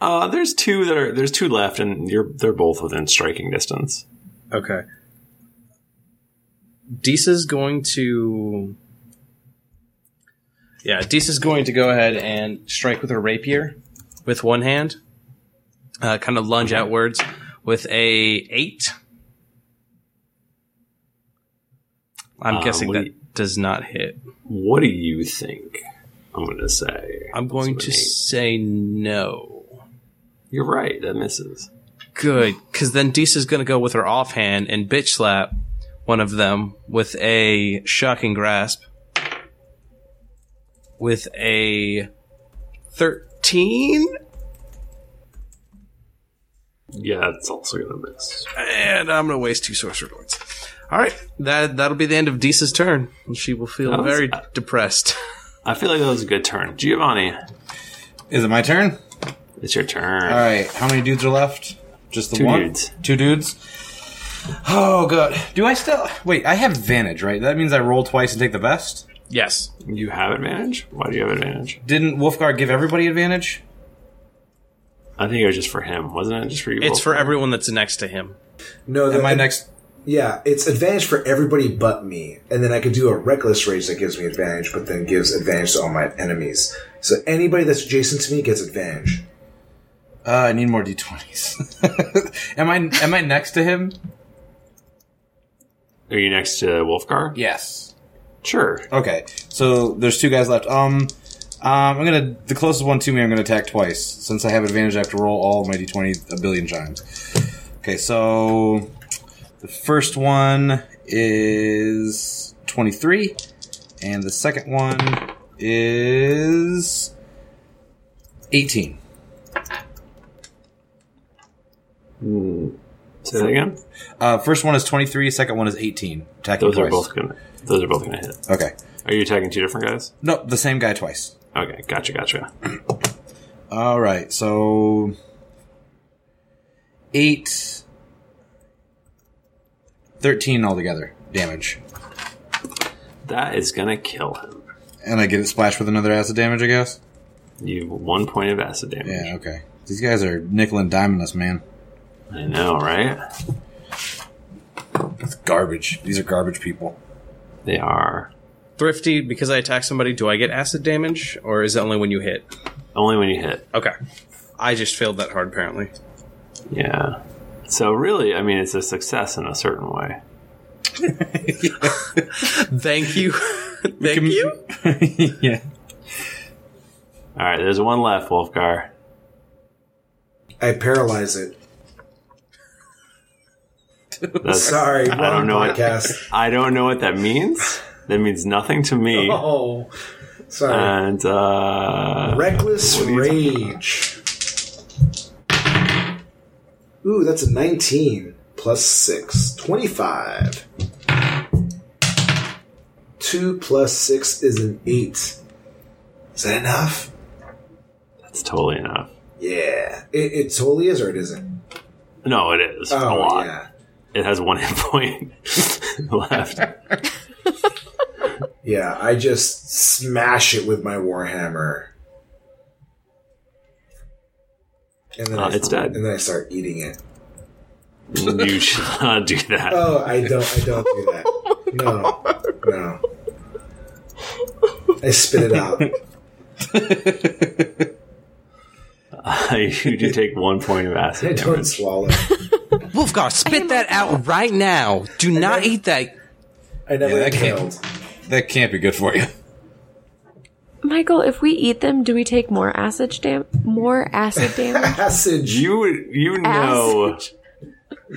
S5: Uh, there's two that are there's two left, and you're they're both within striking distance.
S1: Okay. Deesa's going to. Yeah, Deesa's going to go ahead and strike with her rapier with one hand. Uh, kind of lunge outwards with a eight. I'm
S5: Uh,
S1: guessing
S5: what do
S1: that does not hit.
S5: What do you think? I'm gonna say
S1: I'm going to
S5: That's
S1: say no.
S5: you're right. That misses.
S1: Good, because then Deesa's going to go with her offhand and bitch slap one of them with a shocking grasp. With a 13?
S5: Yeah, it's also gonna miss.
S1: And I'm going to waste two sorcerer points. All right, that, that'll be the end of Deesa's turn. and She will feel
S5: That was-
S1: very depressed.
S5: I feel like that was a good turn. Giovanni,
S6: Is it my turn?
S5: it's your turn.
S6: All right. How many dudes are left? Just the
S5: Two
S6: one.
S5: dudes.
S6: Two dudes. Oh god. Do I still wait? I have advantage, right? That means I roll twice and take the best.
S1: Yes.
S5: You have advantage? Why do you have advantage?
S6: Didn't Wolfgar give everybody advantage?
S5: I think it was just for him, wasn't it? Just for you.
S1: It's
S5: both?
S1: for everyone that's next to him.
S3: No,
S6: And
S3: that
S6: my next.
S3: Yeah, it's advantage for everybody but me, and then I could do a reckless rage that gives me advantage, but then gives advantage to all my enemies. So anybody that's adjacent to me gets advantage.
S6: Uh, I need more d20s. am I am I next to him?
S5: Are you next to Wolfgar?
S6: Yes.
S5: Sure.
S6: Okay. So there's two guys left. Um, um, I'm gonna the closest one to me. I'm gonna attack twice since I have advantage. I have to roll all of my d20 a billion times. Okay. So the first one is 23, and the second one is 18.
S5: Say that again.
S6: Uh, first one is 23. Second one is 18. Attacking
S5: Those
S6: twice.
S5: are both gonna. Those are both gonna hit.
S6: okay.
S5: Are you attacking two different guys?
S6: No, the same guy twice.
S5: Okay, gotcha, gotcha.
S6: All right, so eight, 13 altogether damage,
S5: That is gonna kill him.
S6: and I get it splashed with another acid damage, I guess.
S5: You have one point of acid damage.
S6: Yeah, okay. These guys are nickel and diamond us, man.
S5: I know, right?
S6: It's garbage. These are garbage people.
S5: They are.
S1: Thrifty, because I attack somebody, do I get acid damage, or is it only when you hit?
S5: Only when you hit.
S1: Okay. I just failed that hard, apparently.
S5: Yeah. So really, I mean, it's a success in a certain way.
S1: Thank you. Thank
S6: can-
S1: you.
S6: yeah.
S5: All right, there's one left, Wolfgar.
S3: I paralyze it.
S5: That's,
S3: Sorry, wrong
S5: don't know what-
S3: podcast.
S5: I don't know what that means. That means nothing to me.
S3: oh, sorry.
S5: And uh,
S3: reckless rage. Ooh, that's a 19 plus 6. 25. 2 plus 6 is an 8. Is that enough?
S5: that's totally enough.
S3: Yeah. It, it totally is or it isn't?
S5: No, it is a
S3: Oh,
S5: lot.
S3: yeah.
S5: It has one hit point left.
S3: Yeah, I just smash it with my warhammer. And then
S5: Uh,
S3: I,
S5: it's dead.
S3: And then I start eating it.
S5: you should not do that.
S3: Oh, I don't. I don't do that.
S5: Oh
S3: no, no. I spit it out. Oh.
S5: you do take one point of
S3: I
S5: acid
S3: don't
S5: damage.
S3: swallow.
S1: Wolfgar, spit that out right now. Do not eat that.
S3: I never
S6: Yeah, that
S3: inhaled.
S6: That can't be good for you.
S4: Michael, if we eat them, do we take more acid dam- more acid damage?
S3: Passage.
S5: You you know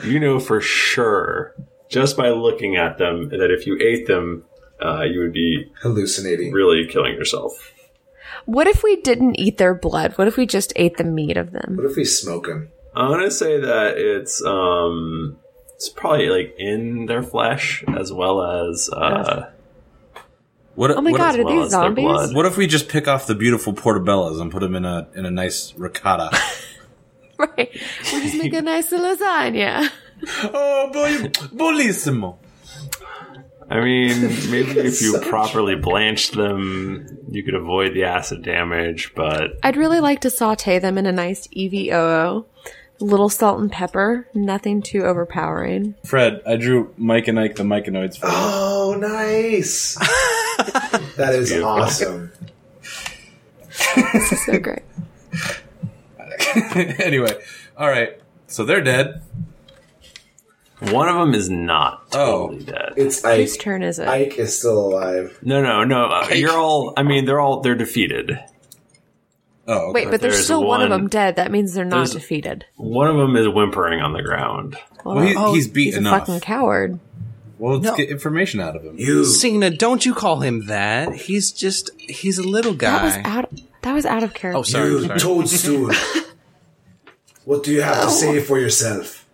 S5: you know for sure just by looking at them that if you ate them, uh, you would be
S3: Hallucinating.
S5: really killing yourself.
S4: what if we didn't eat their blood? What if we just ate the meat of them?
S3: What if we smoke him?
S5: I'm gonna say that it's um it's probably like in their flesh as well as uh
S6: What?
S4: Oh my
S6: what
S4: god, are
S5: well
S4: these
S5: as their blood.
S4: zombies?
S6: What if we just pick off the beautiful portobellas and put them in a in a nice ricotta?
S4: Right. We just make a nice lasagna.
S6: oh, boy, bellissimo.
S5: I mean maybe if you properly blanched them you could avoid the acid damage, but
S4: I'd really like to saute them in a nice E EVOO. Little salt and pepper, nothing too overpowering.
S6: Fred, I drew Mike and Ike the Myconoids for you.
S3: Oh, nice. that is awesome.
S4: This is so great.
S6: anyway, all right. So they're dead.
S5: one of them is not
S6: Oh.
S5: totally dead.
S3: It's
S4: Whose
S3: Ike.
S4: turn is it?
S3: Ike is still alive.
S5: No, no, no. Uh, you're all. I mean, they're all. They're defeated.
S6: Oh, okay.
S4: Wait, but there's,
S5: There's
S4: still one, of
S5: one-
S4: them dead. That means they're not
S5: there's-
S4: defeated.
S5: One of them is whimpering on the ground.
S4: Well, oh,
S6: he- he's beat
S4: he's
S6: enough.
S4: a fucking coward.
S6: well, let's
S1: No.
S6: get information out of him.
S3: You.
S1: Cena, don't you call him that. He's just, he's a little
S4: That
S1: guy.
S4: was out. That was out of character.
S1: oh, sorry.
S3: you
S1: sorry.
S3: toadstool. what do you have to say for yourself?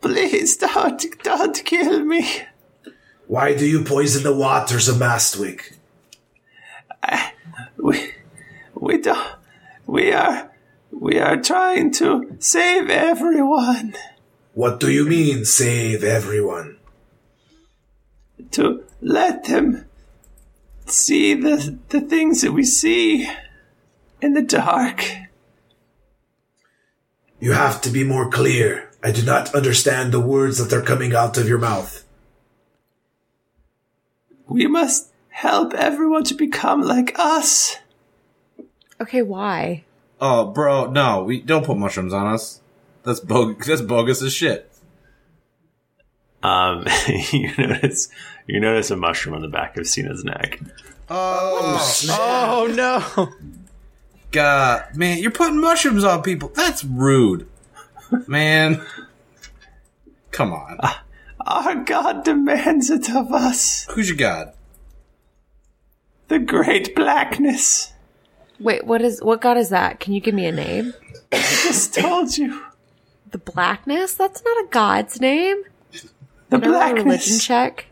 S5: Please don't, don't kill me.
S3: Why do you poison the waters of Mastwick?
S5: I, We are we are trying to save everyone.
S3: What do you mean, save everyone?
S5: To let them see the the things that we see in the dark.
S3: You have to be more clear. I do not understand the words that are coming out of your mouth.
S5: We must help everyone to become like us.
S4: Okay, why?
S6: Oh, bro, no, we don't put mushrooms on us. That's bogus. That's bogus as shit.
S5: Um, you notice you notice a mushroom on the back of Cena's neck.
S6: Oh,
S1: Oh no!
S6: God, man, you're putting mushrooms on people. That's rude, man. Come on,
S5: Our God demands it of us.
S6: who's your god?
S5: The great blackness.
S4: Wait, what is what god is that? Can you give me a name?
S5: I just told you.
S4: The blackness? That's not a god's name.
S5: The
S4: Can I roll a religion
S5: blackness.
S4: check.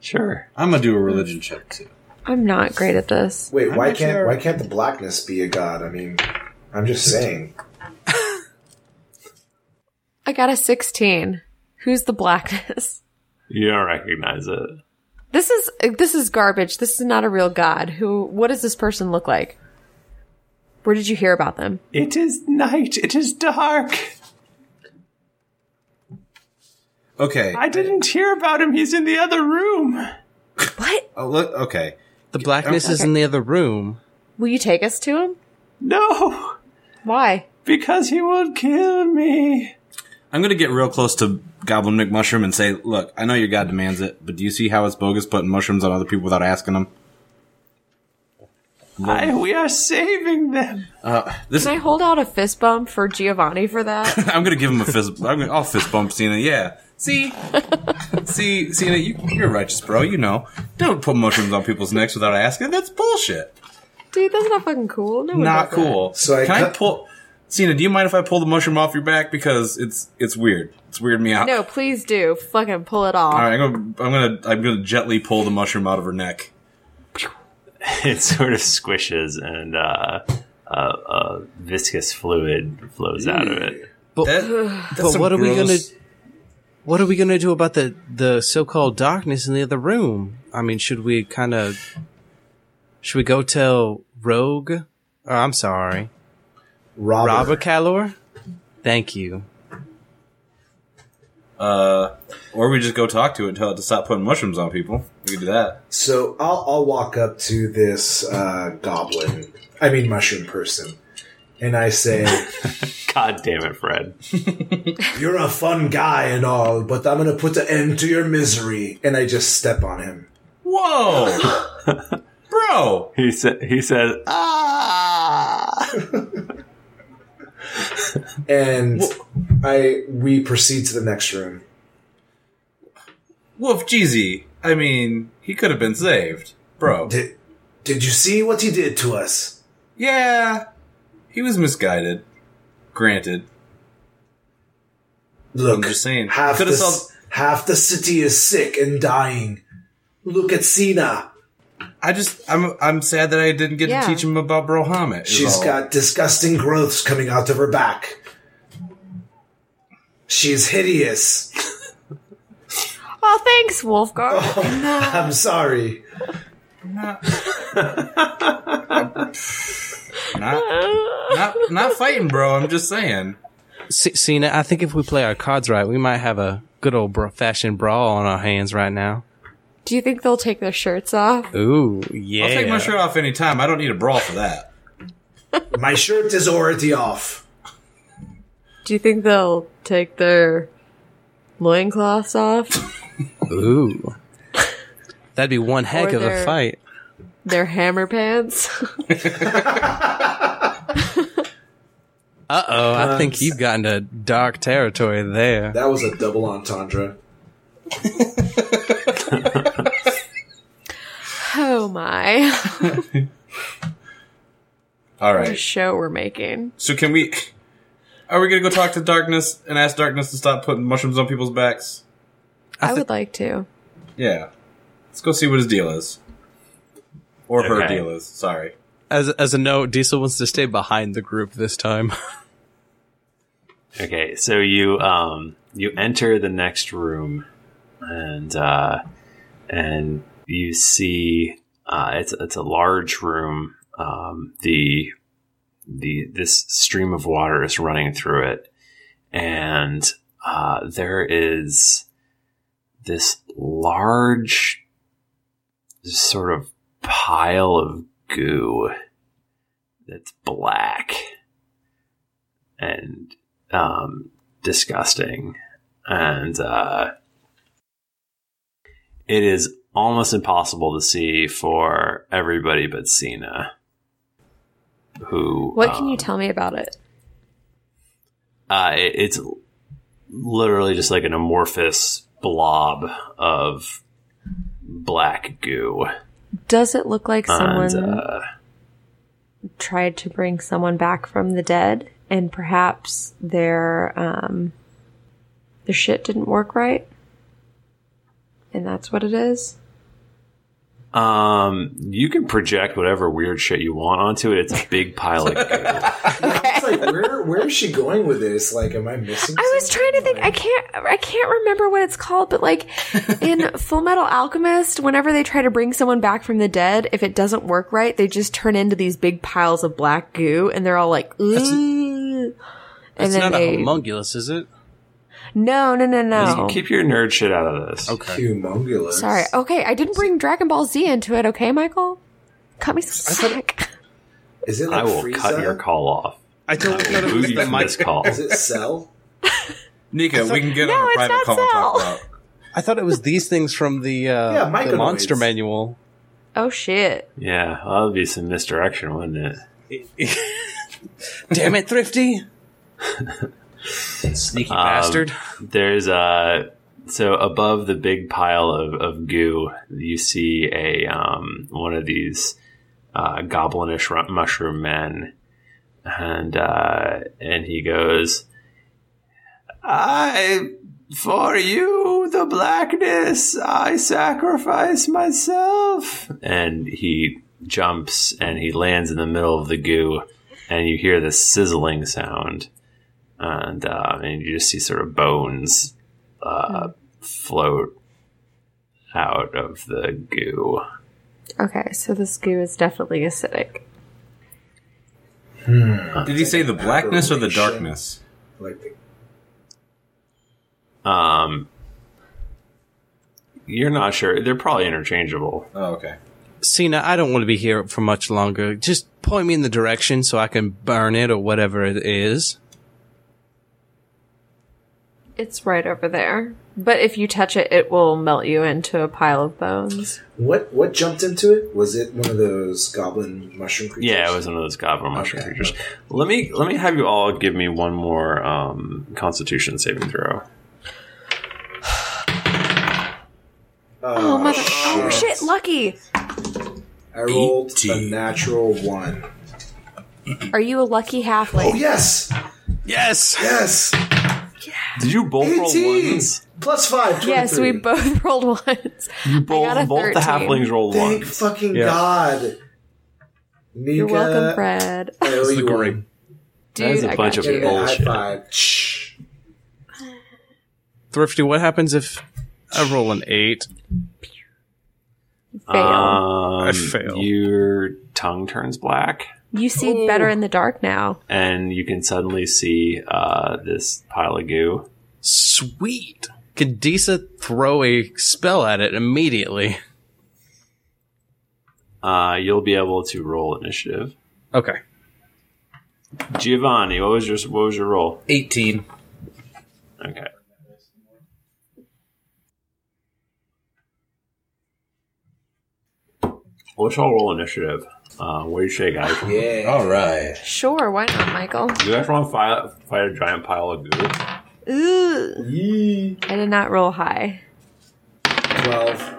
S5: Sure.
S6: I'm gonna do a religion check too.
S4: I'm not great at this.
S3: Wait, why
S6: actually
S3: can't
S6: alright.
S3: why can't the blackness be a god? I mean, I'm just saying.
S4: I got a 16. Who's the blackness?
S5: You don't recognize it.
S4: This is this is garbage. This is not a real god. Who? What does this person look like? Where did you hear about them?
S5: It is night. It is dark.
S6: Okay,
S5: I didn't hear about him. He's in the other room.
S4: What?
S6: oh, look, okay.
S1: The blackness is in the other room.
S4: Will you take us to him?
S5: No,
S4: Why?
S5: because he will kill me.
S6: I'm gonna get real close to Goblin McMushroom and say, "Look, I know your god demands it, but do you see how it's bogus putting mushrooms on other people without asking them?"
S5: I, we are saving them.
S6: Uh, this,
S4: Can I hold out a fist bump for Giovanni for that?
S6: I'm gonna give him a fist. I'm gonna, I'll fist bump Cena. Yeah. See, see, Cena, you, you're righteous, bro. You know, don't put mushrooms on people's necks without asking. That's bullshit.
S4: Dude, that's not fucking cool. No one
S6: Not
S4: does that.
S6: cool.
S3: So I
S6: can I
S3: cut-
S6: pull? Cena, do you mind if I pull the mushroom off your back because it's it's weird. It's weird me out.
S4: No, please do. Fucking pull it off.
S6: All right, I'm gonna I'm gonna I'm gonna gently pull the mushroom out of her neck.
S5: It sort of squishes and uh, uh, uh, viscous fluid flows out of it.
S1: But
S6: That,
S1: but
S6: some
S1: what are we gonna?
S6: gross-
S1: What are we gonna do about the the so called darkness in the other room? I mean, should we kind of? Should we go tell Rogue? Or I'm sorry,
S3: Robert.
S1: Robert Calor. Thank you.
S6: Uh, or we just go talk to it and tell it to stop putting mushrooms on people. We could do that.
S3: So I'll, I'll walk up to this uh, goblin, I mean mushroom person, and I say,
S5: God damn it, Fred.
S3: "You're a fun guy and all, but I'm gonna put an end to your misery." And I just step on him.
S6: Whoa, bro!
S5: He sa- he says,
S1: Uh,
S5: "Ah!"
S3: and I we proceed to the next room.
S6: Wolf Jeezy. I mean, he could have been saved, bro.
S3: Did did you see what he did to us?
S6: Yeah, he was misguided. Granted,
S3: Look,
S6: I'm just saying,
S3: half
S6: could
S3: the,
S6: have
S3: s-
S6: solved-
S3: half the city is sick and dying. Look at Cena;
S6: I just I'm I'm sad that I didn't get
S4: Yeah.
S6: to teach him about Bro Hamet. is
S3: she's
S6: all.
S3: got disgusting growths coming out of her back. She's hideous.
S4: Oh, thanks, Wolfgar.
S3: I'm sorry.
S6: not not not fighting, bro. I'm just saying.
S1: C- Cena, I think if we play our cards right, we might have a good old bra- fashion brawl on our hands right now.
S4: do you think they'll take their shirts off?
S1: Ooh, yeah.
S6: I'll take my shirt off any time. I don't need a brawl for that.
S3: My shirt is already off.
S4: Do you think they'll take their loincloths off?
S1: Ooh, that'd be one heck
S4: Or
S1: of a
S4: they're-
S1: fight.
S4: their hammer pants?
S1: Uh oh, I think you've gotten to dark territory there.
S3: That was a double entendre.
S4: oh my.
S6: All
S4: the
S6: right.
S4: show we're making.
S6: So can we? Are we gonna go talk to darkness and ask darkness to stop putting mushrooms on people's backs?
S4: I,
S1: thi-
S4: would like to.
S6: Yeah. Let's go see what his deal is, or her
S5: Okay.
S6: deal is. Sorry.
S1: As as a note, Diesel wants to stay behind the group this time.
S5: Okay, so you um you enter the next room and uh and you see uh it's it's a large room. Um the the this stream of water is running through it and uh there is this large sort of pile of goo that's black and um, disgusting, and uh, it is almost impossible to see for everybody but Cena. Who?
S4: What can
S5: um,
S4: you tell me about it?
S5: Uh, it, it's literally just like an amorphous blob of black goo,
S4: Does it look like someone
S5: and uh,
S4: tried to bring someone back from the dead, and perhaps their um, their shit didn't work right, and that's what it is?
S5: um, you can project whatever weird shit you want onto it. It's a big pile of goo.
S3: It's like where where is she going with this? Like, am I missing?
S4: I was
S3: something?
S4: trying to think. I can't. I can't remember what it's called, but like in Full Metal Alchemist, whenever they try to bring someone back from the dead, if it doesn't work right, they just turn into these big piles of black goo, and they're all like, "Ooh." And
S1: it's
S4: then
S1: not a
S4: they
S1: homunculus, is it?
S4: no, no, no, no.
S5: Keep your nerd shit out of this.
S1: Okay.
S3: Humongulous.
S4: Sorry. Oh. Okay, I didn't bring Dragon Ball Z into it. Okay, Michael, cut me some slack.
S3: Is it like
S5: I will
S3: Frieza?
S5: cut your call off.
S1: I don't
S5: I'll move you from this call.
S3: Is it Cell?
S6: Nika, we can get
S4: No,
S6: on a
S4: it's
S6: private
S4: not
S6: call and
S4: Sal.
S6: talk about.
S1: I thought it was these things from the,
S3: Yeah,
S1: uh, the
S3: micronoids.
S1: monster manual.
S4: Oh shit!
S5: Yeah, that would be some misdirection, wouldn't it?
S1: Damn it, Thrifty! Sneaky bastard.
S5: There's a so above the big pile of, of goo, you see a um, one of these uh, goblinish ru- mushroom men, and uh, and he goes, "I for you the blackness, I sacrifice myself." And he jumps and he lands in the middle of the goo, and you hear this sizzling sound and uh, and you just see sort of bones uh,
S4: Hmm.
S5: float out of the goo.
S4: Okay, so this goo is definitely acidic.
S6: Did he say the blackness or the darkness?
S3: Like, the-
S5: Um, you're not sure; they're probably interchangeable.
S6: Oh, okay.
S1: Cena, I don't want to be here for much longer. Just point me in the direction so I can burn it or whatever it is.
S4: It's right over there. But if you touch it, it will melt you into a pile of bones.
S3: what what jumped into it? Was it one of those goblin mushroom creatures?
S5: Yeah, it was one of those goblin mushroom
S3: Okay.
S5: creatures. Let me let me have you all give me one more um, Constitution saving throw.
S4: Oh, mother! Oh shit! Lucky.
S3: I rolled
S5: E
S3: a
S6: 18.
S3: natural one.
S4: Are you a lucky halfling?
S3: Oh yes,
S1: Yes!
S3: yes.
S5: Did you both roll
S3: Eighteen
S5: ones?
S3: plus five. 23.
S4: Yes, we both rolled ones. You I got a
S5: Both, both
S4: 13.
S5: the halflings rolled
S3: Thank
S5: ones.
S3: fucking
S1: Yeah.
S3: god. Nika,
S4: You're welcome, Fred.
S3: I owe
S1: This is
S3: you
S1: great.
S3: one.
S4: Dude,
S5: is a
S4: I
S5: bunch
S4: got
S5: of
S4: you.
S5: bull-
S3: High
S5: Bullshit.
S3: five. Shh.
S1: Thrifty, what happens if I roll an eight?
S4: Fail.
S5: Um,
S1: I fail.
S5: Your tongue turns black.
S4: you see better in the dark now.
S5: and you can suddenly see uh, this pile of goo.
S1: Sweet! Could Disa throw a spell at it immediately?
S5: Uh, you'll be able to roll initiative.
S1: Okay.
S5: Giovanni, what was your what was your roll?
S6: 18.
S5: Okay. Let's all roll initiative. Uh, what do you say, guys?
S3: Yeah.
S6: All right.
S4: Sure, why not, Michael?
S5: You guys want to fight, fight a giant pile of goo?
S4: Ooh.
S3: Yee.
S4: I did not roll high.
S3: Twelve.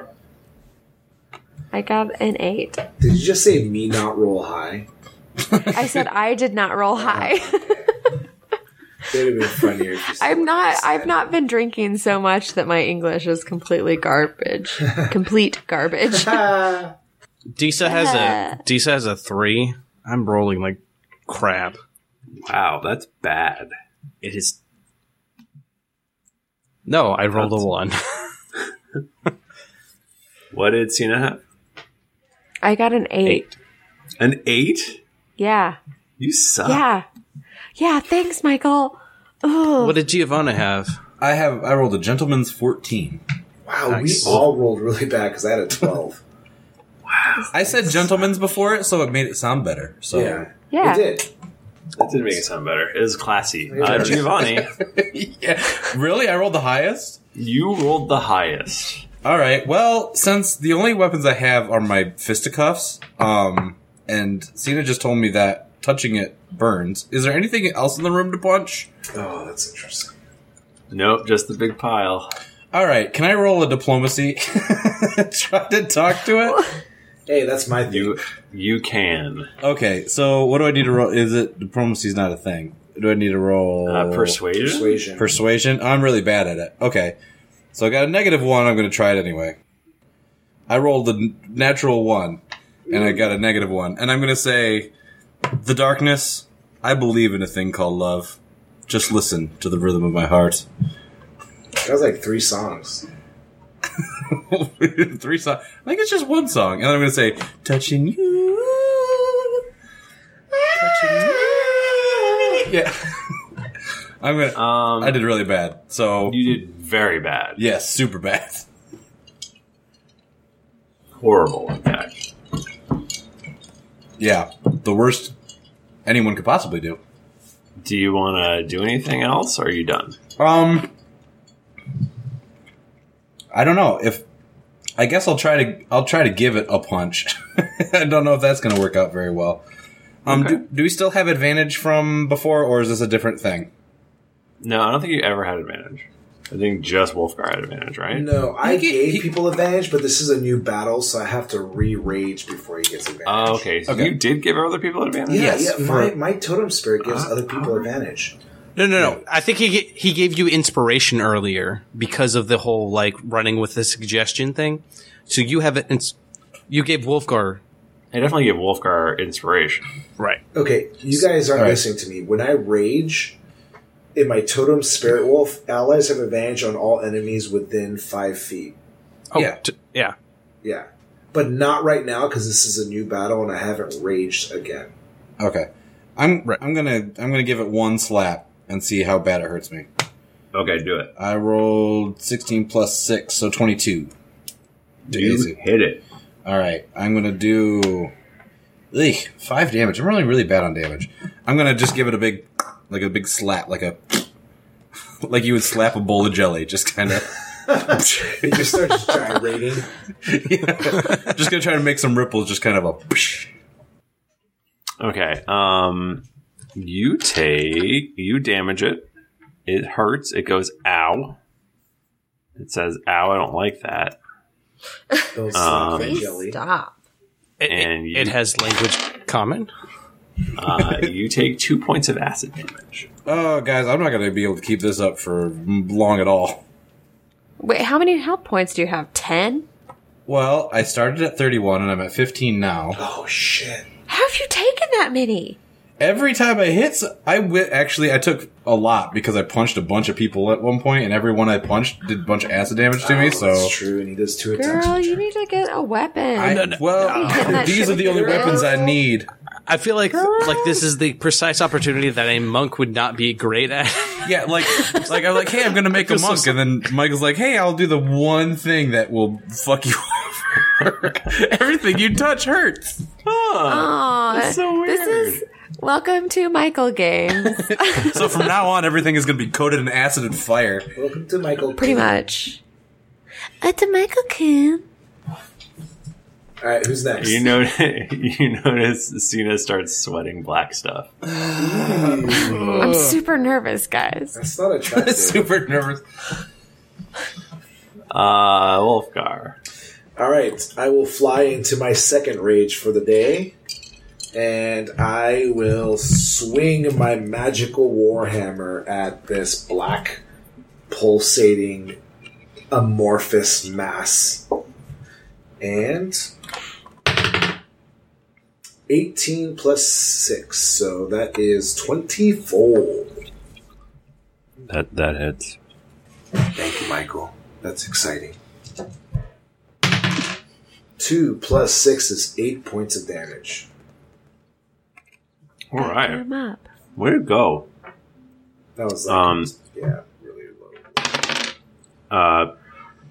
S4: I got an eight.
S3: Did you just say me not roll high?
S4: I said I did not roll high.
S3: It would have been funnier if you said
S4: I'm not. I've not been drinking so much that my English is completely garbage. Complete garbage.
S3: Ah.
S1: Disa has a Disa has a three. I'm rolling like crap.
S5: Wow, that's bad.
S1: It is. No, I rolled
S5: That's-
S1: a one.
S5: What did Cena have?
S4: I got an eight.
S5: An eight?
S4: Yeah.
S5: You suck.
S4: Yeah. Yeah. Thanks, Michael. Ugh.
S1: what did Giovanna have?
S6: I have I rolled a gentleman's fourteen.
S3: Wow,
S1: Nice.
S3: we all rolled really bad because I had a 12.
S6: I said gentleman's before it, so it made it sound better. So
S3: yeah.
S4: Yeah.
S3: It did.
S5: That did make it sound better. It was classy.
S3: Yeah.
S5: Uh, Giovanni,
S6: yeah. Really? I rolled the highest?
S5: you rolled the highest.
S6: All right. Well, since the only weapons I have are my fisticuffs, um, and Cena just told me that touching it burns. Is there anything else in the room to punch?
S3: Oh, that's interesting.
S5: Nope, just the big pile.
S6: All right. Can I roll a diplomacy? Try to talk to it.
S3: Hey, that's my thing.
S5: You you can.
S6: Okay. So what do I need to roll? Is it diplomacy is not a thing? Do I need to roll
S5: Uh, persuasion?
S3: Persuasion.
S6: Persuasion. I'm really bad at it. Okay. So I got a negative one. I'm going to try it anyway. I rolled a n- natural one, and I got a negative one. And I'm going to say, The darkness, I believe in a thing called love. Just listen to the rhythm of my heart.
S3: that was like three songs.
S6: Three songs. I think it's just one song. And then I'm going to say, Touching you. Touching you. Yeah. I'm going to.
S5: Um
S6: I did really bad. So,
S5: you did very bad.
S6: yes, super bad.
S5: Horrible, in fact.
S6: Yeah, the worst anyone could possibly do.
S5: Do you wanna do anything else or are you done?
S6: Um, I don't know if. I guess I'll try to I'll try to give it a punch. I don't know if that's going to work out very well. Um, do, do we still have advantage from before, or is this a different thing?
S5: No, I don't think you ever had advantage. I think just Wolfgar had advantage, right?
S3: No, I
S6: He-
S3: gave
S6: he-
S3: people advantage, but this is a new battle, so I have to re rage before he gets advantage.
S1: Ah,
S5: Oh, okay. So
S6: Okay.
S5: you did give other people advantage?
S3: Yeah,
S6: yes,
S3: yeah. My,
S6: for- Ah,
S3: my totem spirit gives
S5: Uh,
S3: other people advantage.
S1: No, no, no. I think he ga- he gave you inspiration earlier because of the whole like running with the suggestion thing. So you have it. Ins- you gave Wolfgar
S5: I definitely give Wolfgar inspiration.
S1: right.
S3: Okay, you guys aren't
S6: All right.
S3: listening to me. When I rage, in my totem spirit wolf, allies have advantage on all enemies within five feet.
S1: Oh,
S6: Yeah.
S1: t- yeah.
S3: Yeah. But not right now because this is a new battle and I haven't raged again.
S6: Okay, I'm
S1: Right.
S6: I'm gonna I'm gonna give it one slap and see how bad it hurts me.
S5: Okay, do it.
S6: I rolled sixteen plus six, so twenty two.
S5: You hit it.
S6: All right, I'm gonna do eek, five damage. I'm really really bad on damage. I'm gonna just give it a big, like a big slap, like a like you would slap a bowl of jelly. Just kind of,
S3: You just start just gyrating.
S6: just gonna try to make some ripples. Just kind of a. psh.
S5: Okay. Um, you take you damage it. It hurts. It goes ow. It says ow. I don't like that.
S3: Don't stop
S4: Please
S3: jelly.
S4: stop.
S1: It, it-
S5: And you-
S1: it has language common.
S5: Uh, you take two points of acid damage.
S6: Oh, guys, I'm not gonna be able to keep this up for long at all.
S4: Wait, how many health points do you have? Ten?
S6: Well, I started at 31 and I'm at 15 now.
S3: Oh, shit.
S4: How have you taken that many?
S6: Every time I hit, s- I went, actually, I took a lot because I punched a bunch of people at one point, and every one I punched did a bunch of acid damage to me,
S3: Oh,
S6: so.
S3: That's true, and he does two attacks.
S4: Girl, you need to get a weapon.
S6: I, well,
S4: Getting that
S6: these
S4: shit
S6: are the only
S4: with your
S6: weapons I
S4: hands?
S6: need.
S1: I feel like like this is the precise opportunity that a monk would not be great at.
S6: Yeah, like, like I'm like, hey, I'm gonna make a
S1: Because
S6: monk, and then Michael's like, hey, I'll do the one thing that will fuck you over. Everything you touch hurts.
S4: Aw, This is welcome to Michael Games.
S6: So from now on, everything is gonna be coated in acid and fire.
S3: Welcome to Michael.
S4: Pretty much. It's a Michael Coon.
S3: All right, who's next?
S5: You know, you notice Cena starts sweating black stuff.
S4: I'm super nervous, guys.
S3: That's not attractive.
S6: Super nervous.
S5: Uh, Wolfgar.
S3: All right, I will fly into my second rage for the day, and I will swing my magical warhammer at this black, pulsating, amorphous mass, and 18 plus 6, so that is 24.
S5: That that hits.
S3: Thank you, Michael. That's exciting. 2 plus 6 is 8 points of damage.
S5: All right,
S4: I'm up.
S5: way to go.
S3: That was like,
S5: Um,
S3: yeah, really low.
S5: Uh,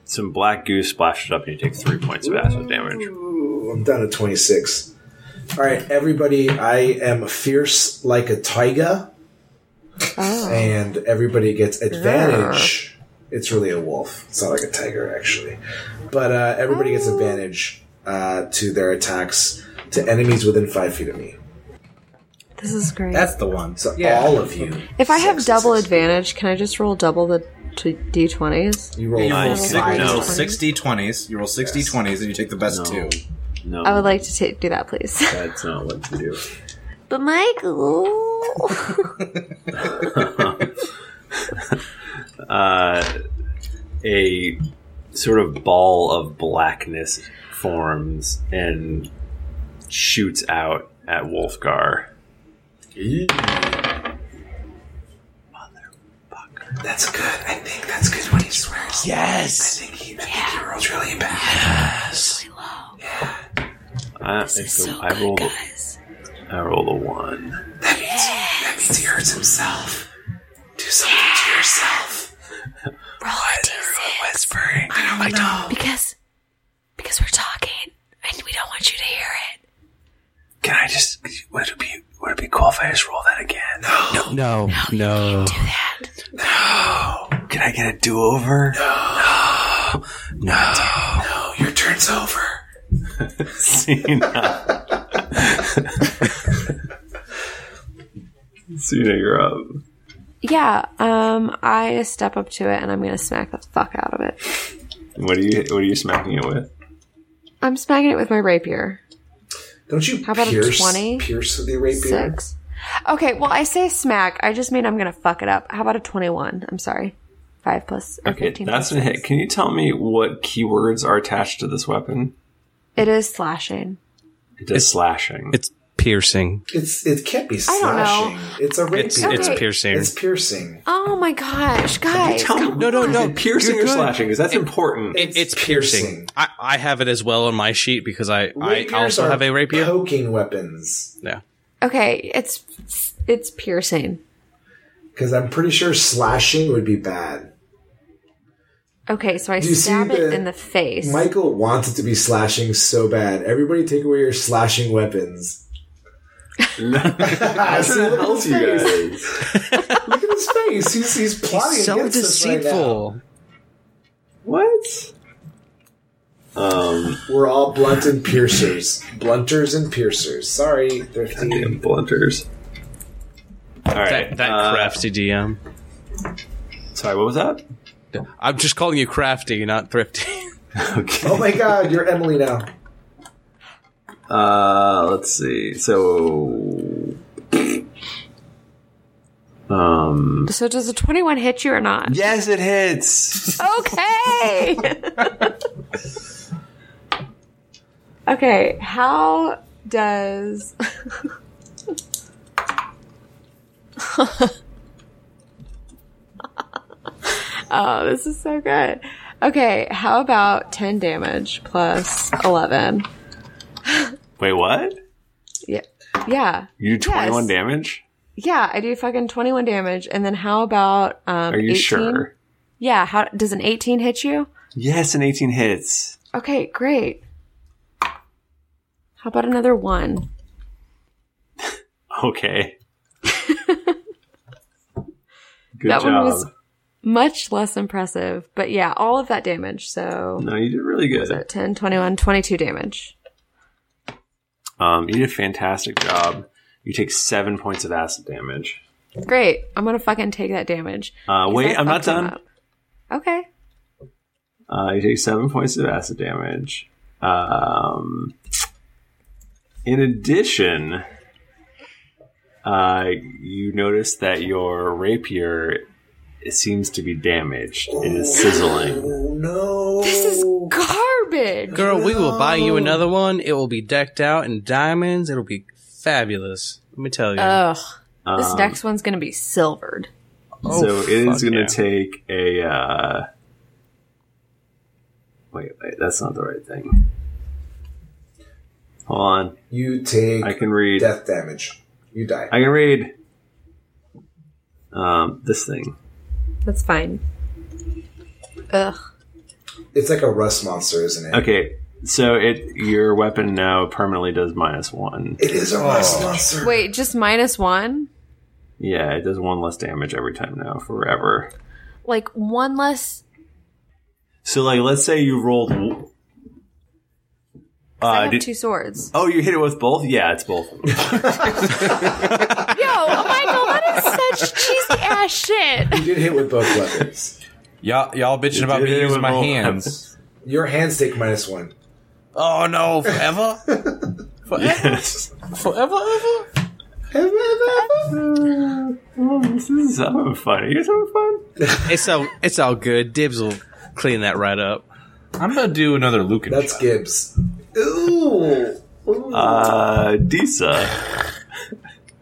S5: some black goo splashes up, and you take three points of acid damage.
S3: Ooh, I'm down to 26. All right, everybody, I am fierce like a tiger,
S4: Oh.
S3: and everybody gets advantage. It's really a wolf. It's not like a tiger, actually. But uh, everybody gets advantage uh, to their attacks to enemies within five feet of me.
S4: This is great.
S6: That's the one. So
S3: So all of you.
S4: if I have
S3: Six,
S4: double
S3: six.
S4: advantage, can I just roll double the t- d20s?
S3: You roll
S6: you roll
S5: Nice.
S6: six,
S5: Nice.
S6: you roll
S5: No.
S6: six d20s. You roll six d20s, and you take the best
S5: No.
S6: two.
S5: No,
S4: I would like to ta- do that, please.
S5: That's not what to do.
S4: but Michael.
S5: uh, a sort of ball of blackness forms and shoots out at Wolfgar.
S3: That's good. I think that's good when he swears. Yes. I think he, I think he rolls really bad.
S5: I, it's a- I rolled, a- I rolled a one.
S3: That means, that means he hurts himself. Do something to yourself. Whispering. I don't know.
S7: Because because we're talking and we don't want you to hear it.
S5: Can I just? Would it be would it be cool if I just roll that again? No.
S1: No, no.
S5: Can I get a do over?
S3: Oh, your turn's over.
S5: Cena. Cena, you're up.
S4: yeah, um, I step up to it and I'm going to smack the fuck out of it.
S5: What are you What are you smacking it with?
S4: I'm smacking it with my rapier.
S3: Don't you
S4: How about a
S3: pierce,
S4: 20?
S3: pierce with your rapier?
S4: Six. Okay, well, I say smack. I just mean I'm going to fuck it up. How about a 21? I'm sorry. 5 plus. Or
S5: Okay,
S4: 15
S5: that's a
S4: plus
S5: hit.
S4: six.
S5: Can you tell me what keywords are attached to this weapon?
S4: It is slashing.
S5: It does slashing.
S1: It's piercing.
S3: It's it can't be
S4: I don't know.
S3: slashing. It's a rapier.
S1: It's
S4: Okay.
S1: it's piercing.
S3: It's piercing.
S4: Oh my gosh, guys.
S5: tell me,
S1: No, no, no.
S5: Piercing
S1: You're
S5: or
S1: good.
S5: slashing? Because that's important.
S1: It- it's piercing.
S3: piercing.
S1: I, I have it as well on my sheet because I, I
S3: Rapiers
S1: also
S3: are
S1: have a rapier.
S3: Poking weapons.
S1: yeah.
S4: Okay, it's it's piercing.
S3: Because I'm pretty sure slashing would be bad.
S4: Okay, so I
S3: Do you see
S4: stab it
S3: the-
S4: in the face.
S3: Michael wants it to be slashing so bad. Everybody take away your slashing weapons.
S5: That's
S3: See, look
S5: gonna
S3: at
S5: help
S3: his
S5: you
S3: face.
S5: guys.
S3: Look at his face. He's, he's plotting
S1: So
S3: against us right now.
S1: deceitful.
S5: What? Um,
S3: We're all blunt and piercers. Blunters and piercers. Sorry, thrifty.
S5: damn blunters. All right,
S1: That, that
S5: uh,
S1: crafty DM.
S5: Sorry, what was that?
S1: I'm just calling you crafty, not thrifty.
S5: Okay.
S3: Oh my god, you're Emily now.
S5: Uh, let's see. So, um,
S4: so does a 21 hit you or not?
S5: yes, it hits.
S4: Okay. okay, how does Oh, this is so good. Okay, how about 10 damage plus 11?
S5: Wait, what?
S4: Yeah. Yeah.
S5: You do
S4: Yes.
S5: twenty-one damage?
S4: Yeah, I do fucking 21 damage and then how about um
S5: Are you
S4: 18?
S5: sure?
S4: Yeah, how does an 18 hit you?
S5: Yes, and eighteen hits.
S4: Okay, great. How about another one?
S5: Okay. Good
S4: That
S5: job.
S4: one was- Much less impressive, but yeah, all of that damage. So
S5: no, you did really good.
S4: 10, 21, 22 damage.
S5: Um, you did a fantastic job. You take seven points of acid damage.
S4: Great. I'm going to fucking take that damage.
S5: Uh,
S4: 'Cause
S5: wait,
S4: I
S5: I'm not
S4: fucked him
S5: done.
S4: up. Okay.
S5: Uh, you take seven points of acid damage. Um, in addition, uh, you notice that your rapier it seems to be damaged. It is sizzling.
S3: Oh no.
S4: This is garbage.
S1: girl, we will buy you another one. It will be decked out in diamonds. It'll be fabulous. Let me tell you.
S4: Ugh. this
S5: Um,
S4: next one's going to be silvered.
S5: so it is
S1: Oh, fuck
S5: going to
S1: yeah.
S5: take a. Uh... Wait, wait, that's not the right thing. Hold on,
S3: You take
S5: I can read.
S3: death damage. You die.
S5: I can read. Um, this thing.
S4: That's fine. Ugh.
S3: it's like a rust monster, isn't it?
S5: Okay, so it your weapon now permanently does minus one.
S3: It is a rust monster.
S4: Wait, just minus one?
S5: Yeah, it does one less damage every time now forever.
S4: Like one less.
S5: So like, let's say you rolled.
S4: I
S5: Uh,
S4: have
S5: did-
S4: two swords.
S5: oh, you hit it with both. Yeah, it's both.
S4: Yo, Michael, that is such cheesy ass shit.
S3: You did hit with both weapons.
S6: Y'all, y'all bitching about me
S5: did it
S6: using
S5: with
S6: my
S5: both
S6: hands.
S3: Your hands take minus one.
S6: oh no, forever?
S5: yes.
S6: forever, ever?
S5: This is having fun. Are you guys having fun?
S1: It's all it's all good. Dibs will clean that right up.
S6: I'm gonna do another Lucan
S3: That's
S6: shot.
S3: Gibbs. Ooh.
S5: Uh, Disa.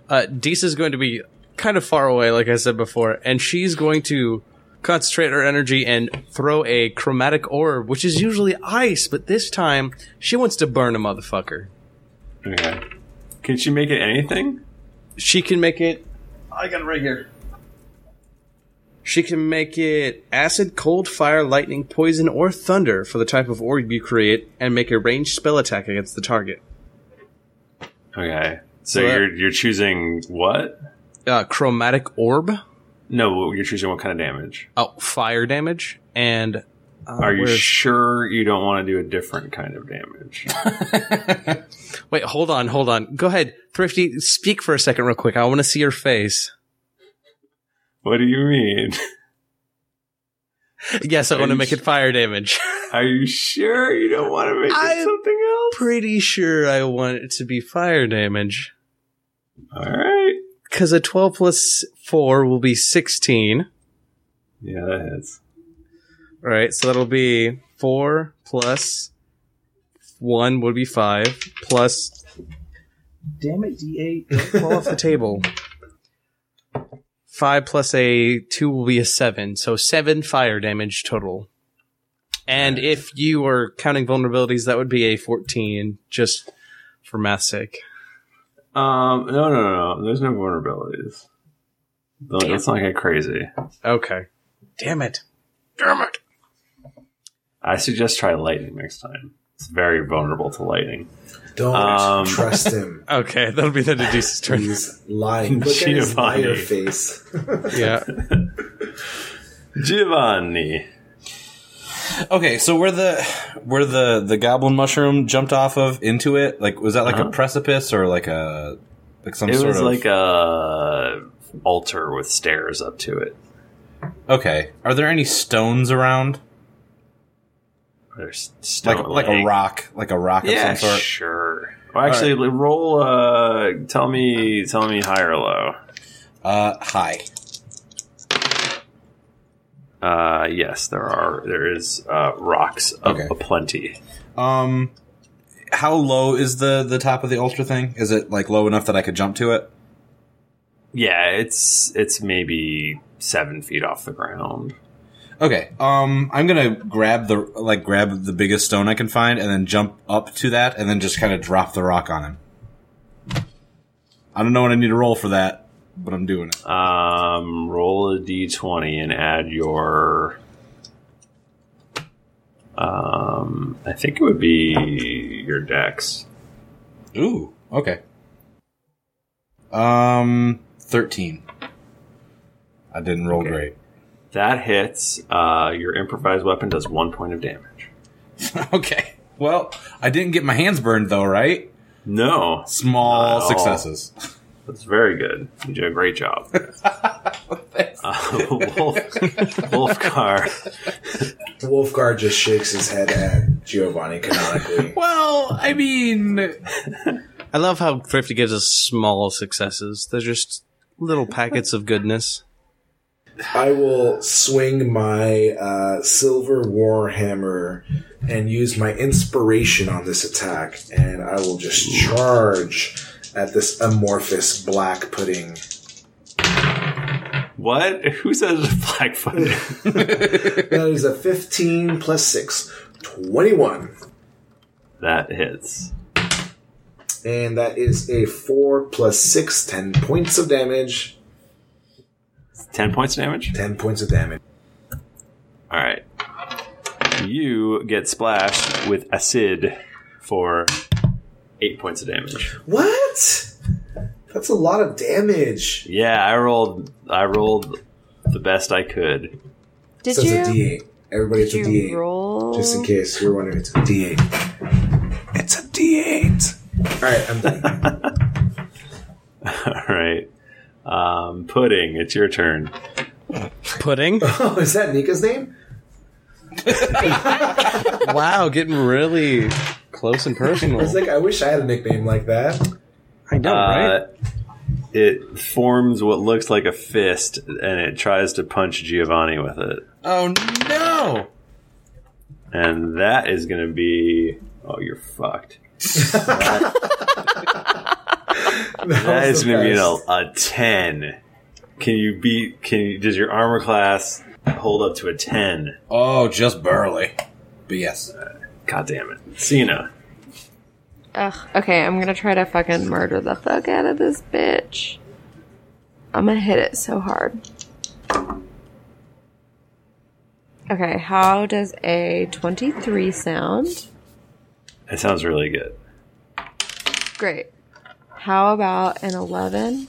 S1: Uh, Deesa's going to be kind of far away, like I said before, and she's going to concentrate her energy and throw a chromatic orb, which is usually ice, but this time she wants to burn a motherfucker.
S5: Okay. Can she make it anything?
S1: She can make it. I got it right here. She can make it acid, cold, fire, lightning, poison, or thunder for the type of orb you create, and make a ranged spell attack against the target.
S5: Okay. So
S1: Well, that-
S5: you're you're choosing what?
S1: Uh, chromatic orb.
S5: No, you're choosing what kind of damage.
S1: Oh, fire damage. And uh,
S5: Are you
S1: where's-
S5: sure you don't want to do a different kind of damage?
S1: wait? Hold on, hold on. Go ahead, Thrifty. Speak for a second, real quick. I want to see your face.
S5: what do you mean?
S1: Yes, I want to
S5: you
S1: make it fire damage.
S5: Are you sure you don't want to make
S1: I'm
S5: it something else?
S1: Pretty sure I want it to be fire damage
S5: All right.
S1: because a twelve plus four will be sixteen.
S5: Yeah, that hits.
S1: All right, so that'll be four plus one would be five plus. Damn it, D eight! Don't fall off the table. Five plus a two will be a seven, so seven fire damage total. And if you were counting vulnerabilities, that would be a fourteen, just for math's sake.
S5: Um, no, no, no, no. There's no vulnerabilities. Don't- Let's not get crazy.
S1: Okay. Damn it.
S5: I suggest try lightning next time. It's very vulnerable to lightning.
S3: Don't
S5: Um.
S3: trust him.
S1: Okay, that'll be the Deduce's turn.
S3: He's lying. Look at his
S5: Giovanni.
S3: liar face.
S1: yeah.
S5: Giovanni.
S6: Okay, so where the where the the goblin mushroom jumped off of into it, like was that like a precipice or like a like some
S5: Uh-huh. It
S6: sort
S5: was
S6: of
S5: like a altar with stairs up to it.
S6: Okay, are there any stones around?
S5: There's
S6: Like
S5: stone
S6: like a
S5: laying.
S6: rock, like a rock
S5: Yeah,
S6: of some sort.
S5: sure. Well, actually, roll. Uh, tell me, tell me, high or low.
S6: Uh, high.
S5: Uh, yes, there are. There is uh, rocks a-
S6: Okay.
S5: aplenty.
S6: Um, how low is the the top of the altar thing? Is it like low enough that I could jump to it?
S5: Yeah, it's it's maybe seven feet off the ground.
S6: Okay. Um, I'm gonna grab the like grab the biggest stone I can find, and then jump up to that, and then just kind of drop the rock on him. I don't know what I need to roll for that, but I'm doing
S1: Uh.
S6: it.
S5: Um, roll a d20 and add your. Um, I think it would be your dex.
S6: Ooh. Okay. Um, thirteen. I didn't roll great.
S5: That hits. Uh, your improvised weapon does one point of damage.
S6: okay. Well, I didn't get my hands burned though, right?
S5: No,
S6: Small
S5: Not at all.
S6: successes.
S5: that's very good. You did a great job. uh, Wolf, Wolfgar.
S3: Wolfgar just shakes his head at Giovanni canonically.
S6: Well, I mean,
S1: I love how Thrifty gives us small successes. They're just little packets of goodness.
S3: I will swing my uh, silver warhammer and use my inspiration on this attack, and I will just charge at this amorphous black pudding.
S5: What? Who says black thunder?
S3: That is a 15 plus 6, 21.
S5: that hits.
S3: And that is a 4 plus 6, 10 points of damage.
S5: Ten points of damage.
S3: 10 points of damage.
S5: All right. You get splashed with acid for eight points of damage.
S3: What? That's a lot of damage.
S5: Yeah, I rolled. I rolled the best I could.
S4: Did
S3: so it's a
S4: you?
S3: D8. Everybody, it's a
S4: did
S3: D8.
S4: you roll?
S3: Just in case you're wondering, it's a D8. It's a D8. All right, I'm done.
S5: All right. Um, pudding, it's your turn.
S1: Pudding?
S3: oh, is that Nika's name?
S1: wow, getting really close and personal.
S3: I was like, I wish I had a nickname like that.
S1: I know,
S5: Uh, It forms what looks like a fist, and it tries to punch Giovanni with it.
S6: Oh no!
S5: And that is going to be. Oh, you're fucked. That is going to be a, a ten. Can you beat? Can you, does your armor class hold up to a ten?
S6: Oh, just barely. But yes.
S5: God damn it, Cena.
S4: Ugh. Okay, I'm gonna try to fucking murder the fuck out of this bitch. I'm gonna hit it so hard. Okay, how does a 23 sound?
S5: That sounds really good.
S4: Great. How about an 11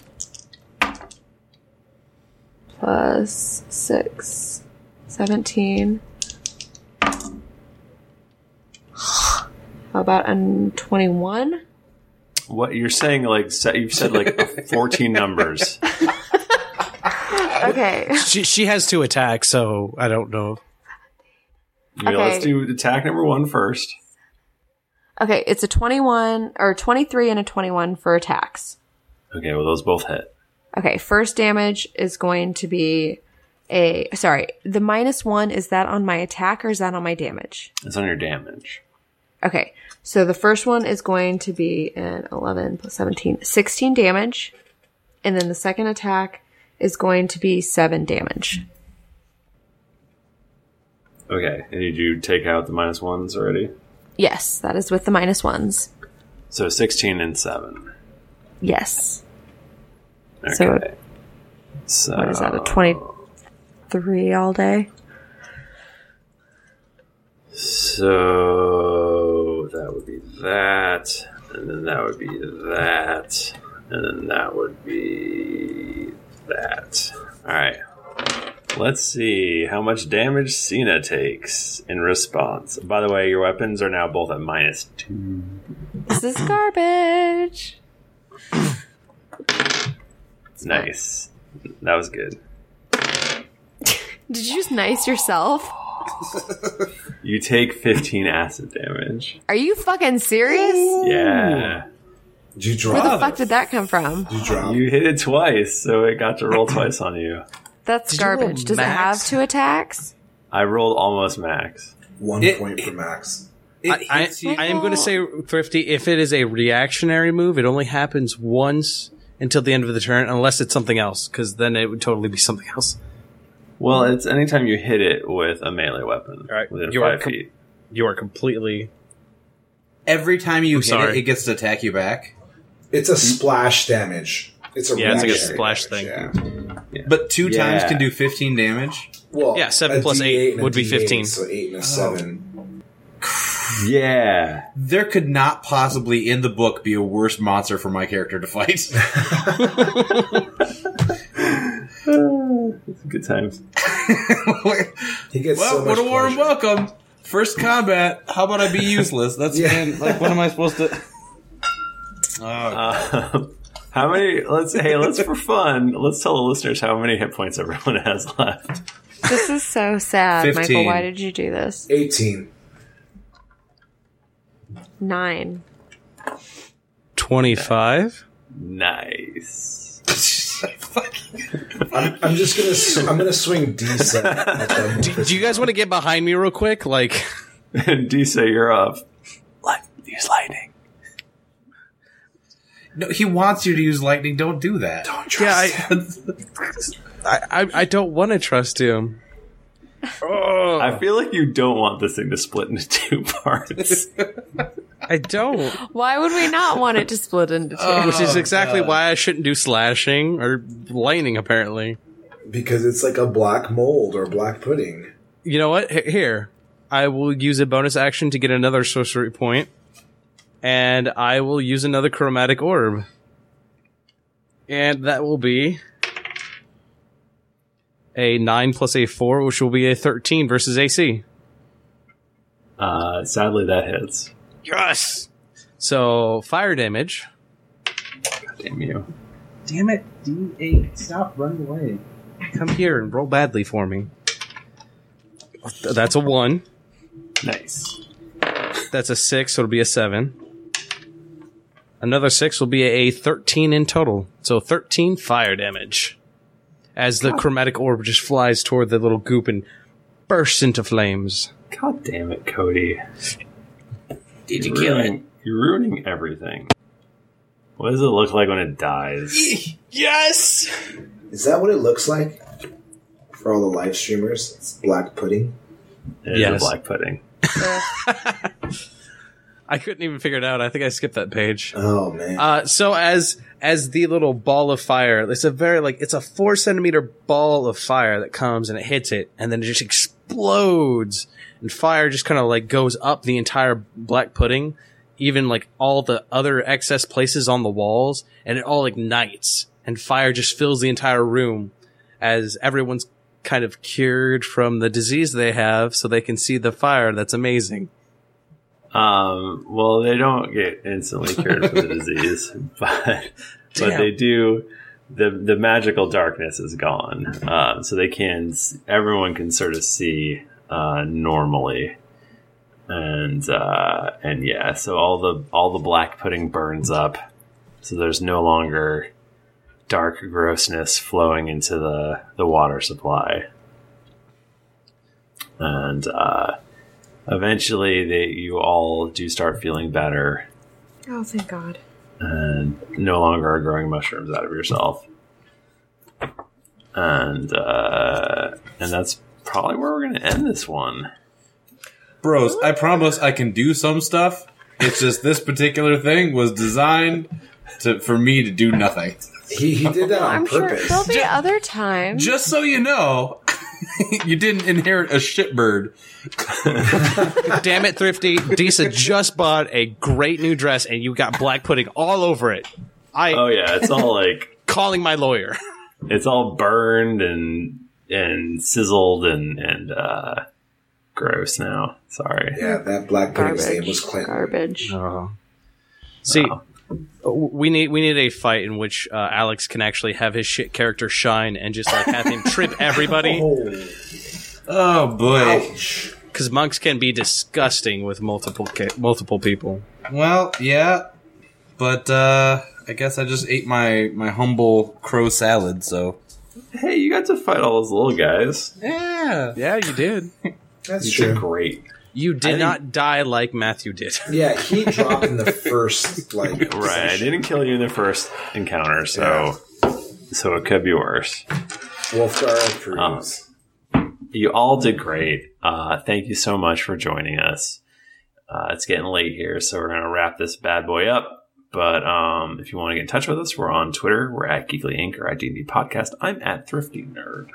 S4: plus 6, 17? How about a 21?
S5: What you're saying? Like se- you've said, like fourteen numbers.
S4: Okay.
S1: She, she has two attacks, so I don't know.
S5: You know, Let's
S4: Okay.
S5: do attack number one first.
S4: Okay, it's a 21 or 23 and a 21 for attacks.
S5: Okay, well those both hit.
S4: Okay, first damage is going to be a sorry, the minus 1 is that on my attack or is that on my damage?
S5: It's on your damage.
S4: Okay. So the first one is going to be an 11 plus 17, 16 damage. And then the second attack is going to be 7 damage.
S5: Okay, and did you take out the minus ones already?
S4: Yes, that is with the minus 1s.
S5: So sixteen and seven.
S4: Yes.
S5: Okay.
S4: So-
S5: So
S4: What is that? A 23 all day?
S5: So that would be that, and then that would be that, and then that would be that. All right. Let's see how much damage Cena takes in response. By the way, your weapons are now both at minus two.
S4: This is garbage.
S5: Nice. That was good.
S4: Did you just nice yourself?
S5: You take 15 acid damage.
S4: Are you fucking serious?
S5: Yeah.
S3: Did you
S4: Where the
S3: drop?
S4: fuck did that come from?
S3: Did you drop?
S5: You hit it twice, so it got to roll twice on you.
S4: That's
S1: Did you roll
S4: garbage. Does it have
S1: max?
S4: two attacks?
S5: I rolled almost max.
S3: One
S6: It-
S3: point for max.
S1: I, I, I am going to say, Thrifty, if it is a reactionary move, it only happens once until the end of the turn, unless it's something else, because then it would totally be something else.
S5: Well, it's anytime you hit it with a melee weapon
S1: All right,
S5: within
S1: you are
S5: five
S1: com-
S5: feet.
S1: You are completely.
S6: Every time you hit
S1: sorry.
S6: it, it gets to attack you back.
S3: It's a splash damage. It's a
S1: Yeah, it's like a
S3: reactionary
S1: splash
S3: damage, Yeah.
S6: But two
S5: Yeah.
S6: times can do 15 damage.
S3: Well,
S1: Yeah, seven
S3: a
S1: plus
S3: D8
S1: eight
S3: and a
S1: would be
S3: D8,
S1: 15.
S3: So eight and a seven.
S5: Yeah.
S6: There could not possibly in the book be a worse monster for my character to fight.
S5: Good times.
S3: He gets so
S6: well,
S3: much
S6: what a warm
S3: pleasure.
S6: welcome. First combat. How about I be useless? That's
S3: Yeah.
S6: man, like what am I supposed to? Oh,
S5: Um, how many? Let's hey, let's for fun. Let's tell the listeners how many hit points everyone has left.
S4: This is so sad, Michael.
S6: 15.
S4: Why did you do this?
S3: 18.
S4: Nine.
S1: 25?
S5: Nice.
S3: I'm, I'm just gonna s- I'm gonna swing D seven at them.
S1: Do, do you guys want to get behind me real quick? Like,
S5: And Disa, you're up.
S2: Like, use lightning.
S6: No, he wants you to use lightning. Don't do that.
S1: yeah, I, I, I, I don't want to trust him.
S5: I feel like you don't want this thing to split into two parts.
S1: I don't,
S4: Why would we not want it to split into two?
S1: which is exactly why I shouldn't do slashing or lightning. Apparently,
S3: because it's like a black mold or black pudding.
S1: you know what? H- here, I will use a bonus action to get another sorcery point, and I will use another chromatic orb, and that will be a nine plus a four, which will be a thirteen versus AC.
S5: Uh, sadly, that hits.
S1: Yes. So fire damage.
S5: Damn you.
S1: Damn it, D8. Stop, run away. Come here and roll badly for me. Th- That's a one.
S5: Nice.
S1: That's a six, so it'll be a seven. Another six will be a 13 in total. So 13 fire damage. As the chromatic orb just flies toward the little goop and bursts into flames.
S5: God damn it, Cody.
S2: Did you
S5: You're
S2: kill it?
S5: ruining- You're ruining everything. What does it look like when it dies?
S3: Is that what it looks like for all the live streamers? It's black pudding.
S5: It is
S1: Yes.
S5: a black pudding.
S1: I couldn't even figure it out. I think I skipped that page.
S3: Oh man,
S1: Uh, so as as the little ball of fire, it's a very like it's a four centimeter ball of fire that comes and it hits it, and then it just explodes, and fire just kind of like goes up the entire black pudding, even like all the other excess places on the walls, and it all ignites, and fire just fills the entire room, as everyone's kind of cured from the disease they have, so they can see the fire. That's amazing.
S5: Um, well, they don't get instantly cured from the disease, but but
S1: Damn.
S5: they do. the The magical darkness is gone, um, so they can. s- Everyone can sort of see uh, normally, and uh, and yeah. So all the all the black pudding burns up, so there's no longer dark grossness flowing into the the water supply, and. Uh, eventually they, you all do start feeling better
S4: Oh, thank God.
S5: and no longer are growing mushrooms out of yourself and uh, and that's probably where we're gonna end this one
S6: Bros, I promise I can do some stuff. It's just this particular thing was designed to for me to do nothing.
S3: he, he did that on
S4: I'm sure
S3: purpose.
S4: there'll be other times.
S6: Just so you know, you didn't inherit a shitbird.
S1: Damn it, Thrifty. Disa just bought a great new dress and you got black pudding all over it. I
S5: oh yeah it's all like
S1: calling my lawyer.
S5: it's all burned and and sizzled and and uh gross now sorry
S3: Yeah, that black pudding's name was
S4: garbage.
S3: Clinton.
S4: Garbage.
S1: See, we need we need a fight in which uh, Alex can actually have his shit character shine and just like have him trip everybody
S3: Oh,
S6: Oh boy.
S3: ouch.
S1: because monks can be disgusting with multiple ca- multiple people.
S6: Well, yeah. But uh I guess I just ate my my humble crow salad, so
S5: hey you got to fight all those little guys
S6: Yeah.
S1: Yeah, you did.
S3: That's
S5: These are
S3: true.
S5: great
S1: You did not die like Matthew did.
S3: Yeah, he dropped in the first like.
S5: right i didn't kill you in the first encounter so so it could be worse Um,
S3: Wolfgar Cruz.
S5: Uh-huh. you all did great. Uh, thank you so much for joining us. Uh, it's getting late here, so we're going to wrap this bad boy up. But um, if you want to get in touch with us, we're on Twitter. We're at Geekly Inc. or at D&D Podcast. I'm at Thrifty Nerd.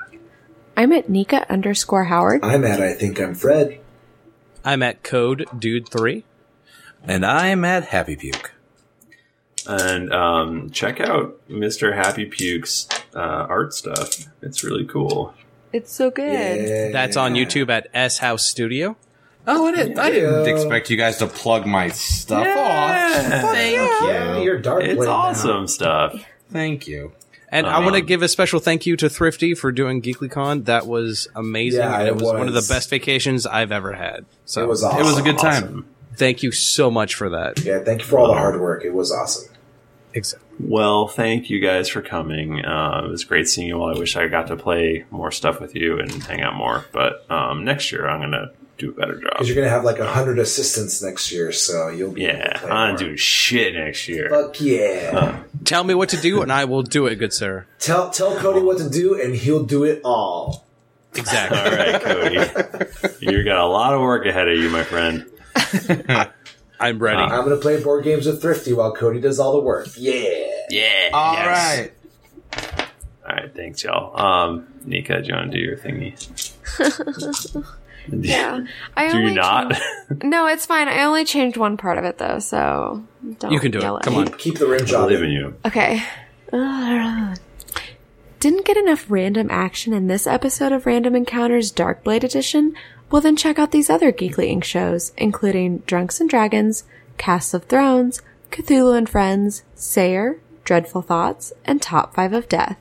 S4: I'm at Nika underscore Howard.
S3: I'm at. I think I'm Fred.
S1: I'm at Code Dude Three.
S6: And I'm at Happy Puke.
S5: And um, check out Mr. Happy Puke's uh, art stuff. It's really cool.
S4: It's so good.
S3: Yeah.
S1: That's on YouTube at S House Studio.
S6: Oh, I didn't, I didn't expect you guys to plug my stuff. Aw, thank
S3: Yeah, you're dark.
S5: It's
S3: blade now.
S5: awesome stuff.
S6: Thank you.
S1: And I want to
S5: Um,
S1: give a special thank you to Thrifty for doing GeeklyCon. That was amazing.
S3: Yeah,
S1: and it
S3: it
S1: was, one of the
S3: was.
S1: best vacations I've ever had. So
S3: It was awesome.
S6: It was a good time.
S1: thank you so much for that.
S3: Yeah, thank you for all the hard work. It was awesome.
S1: Exactly.
S5: Well, thank you guys for coming. Uh, it was great seeing you all. I wish I got to play more stuff with you and hang out more. But um, next year, I'm going to do a better job.
S3: Because you're going to have like 100 assistants next year, so you'll be. able to
S5: Yeah,
S3: play
S5: I'm
S3: more.
S5: doing shit next year.
S3: Fuck yeah.
S1: Tell me what to do, and I will do it, good sir.
S3: Tell, tell Cody what to do, and he'll do it all.
S1: Exactly.
S5: All right, Cody. you got a lot of work ahead of you, my friend.
S1: I'm ready.
S3: I'm going to play board games with Thrifty while Cody does all the work. Yeah.
S5: Yeah.
S6: All right.
S5: All right. Thanks, y'all. Um, Nika, do you want to do your thingy?
S4: Yeah. I
S5: Do
S4: only
S5: you not?
S4: changed- no, it's fine. I only changed one part of it though, so don't.
S1: You can do it.
S4: yell at
S1: Come
S4: me.
S1: on.
S3: Keep the rim
S5: I
S3: job.
S5: believe in
S3: in.
S5: you.
S4: Okay. Ugh. Didn't get enough random action in this episode of Random Encounters Dark Blade Edition? Well, then check out these other Geekly Inc. shows, including Drunks and Dragons, Casts of Thrones, Cthulhu and Friends, Sayer, Dreadful Thoughts, and Top 5 of Death.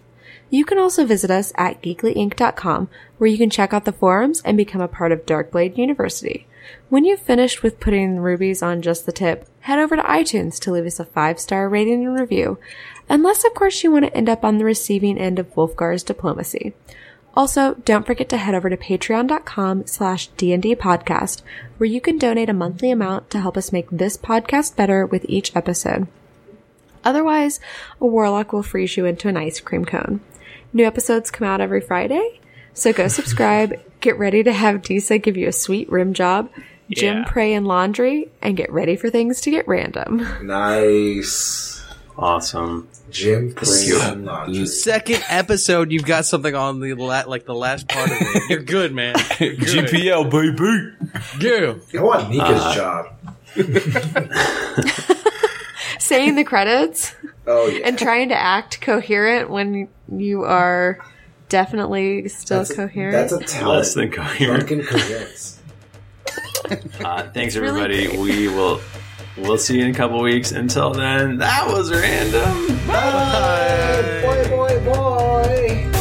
S4: You can also visit us at geeklyinc.com, where you can check out the forums and become a part of Darkblade University. When you've finished with putting rubies on just the tip, head over to iTunes to leave us a five star rating and review, unless, of course, you want to end up on the receiving end of Wolfgar's diplomacy. Also, don't forget to head over to patreon.com slash D&D podcast, where you can donate a monthly amount to help us make this podcast better with each episode. Otherwise, a warlock will freeze you into an ice cream cone. New episodes come out every Friday, so go subscribe, get ready to have Disa give you a sweet rim job, gym, pray, and laundry, and get ready for things to get random.
S3: Nice.
S5: Awesome.
S3: Jim
S5: you.
S3: Green Laundry.
S1: Second episode, you've got something on the la- like the last part of it. You're good, man. You're good.
S5: GPL baby.
S1: Go.
S3: I want Nika's
S5: uh,
S3: job.
S4: Saying the credits
S3: Oh, yeah.
S4: and trying to act coherent when you are definitely still
S3: That's a-
S4: coherent.
S3: That's a talent.
S5: Less than coherent.
S3: Drunken coherence.
S5: Uh, thanks,
S4: really
S5: everybody. we will. We'll see you in a couple weeks. Until then, that was random. Bye.
S3: boy, boy, boy.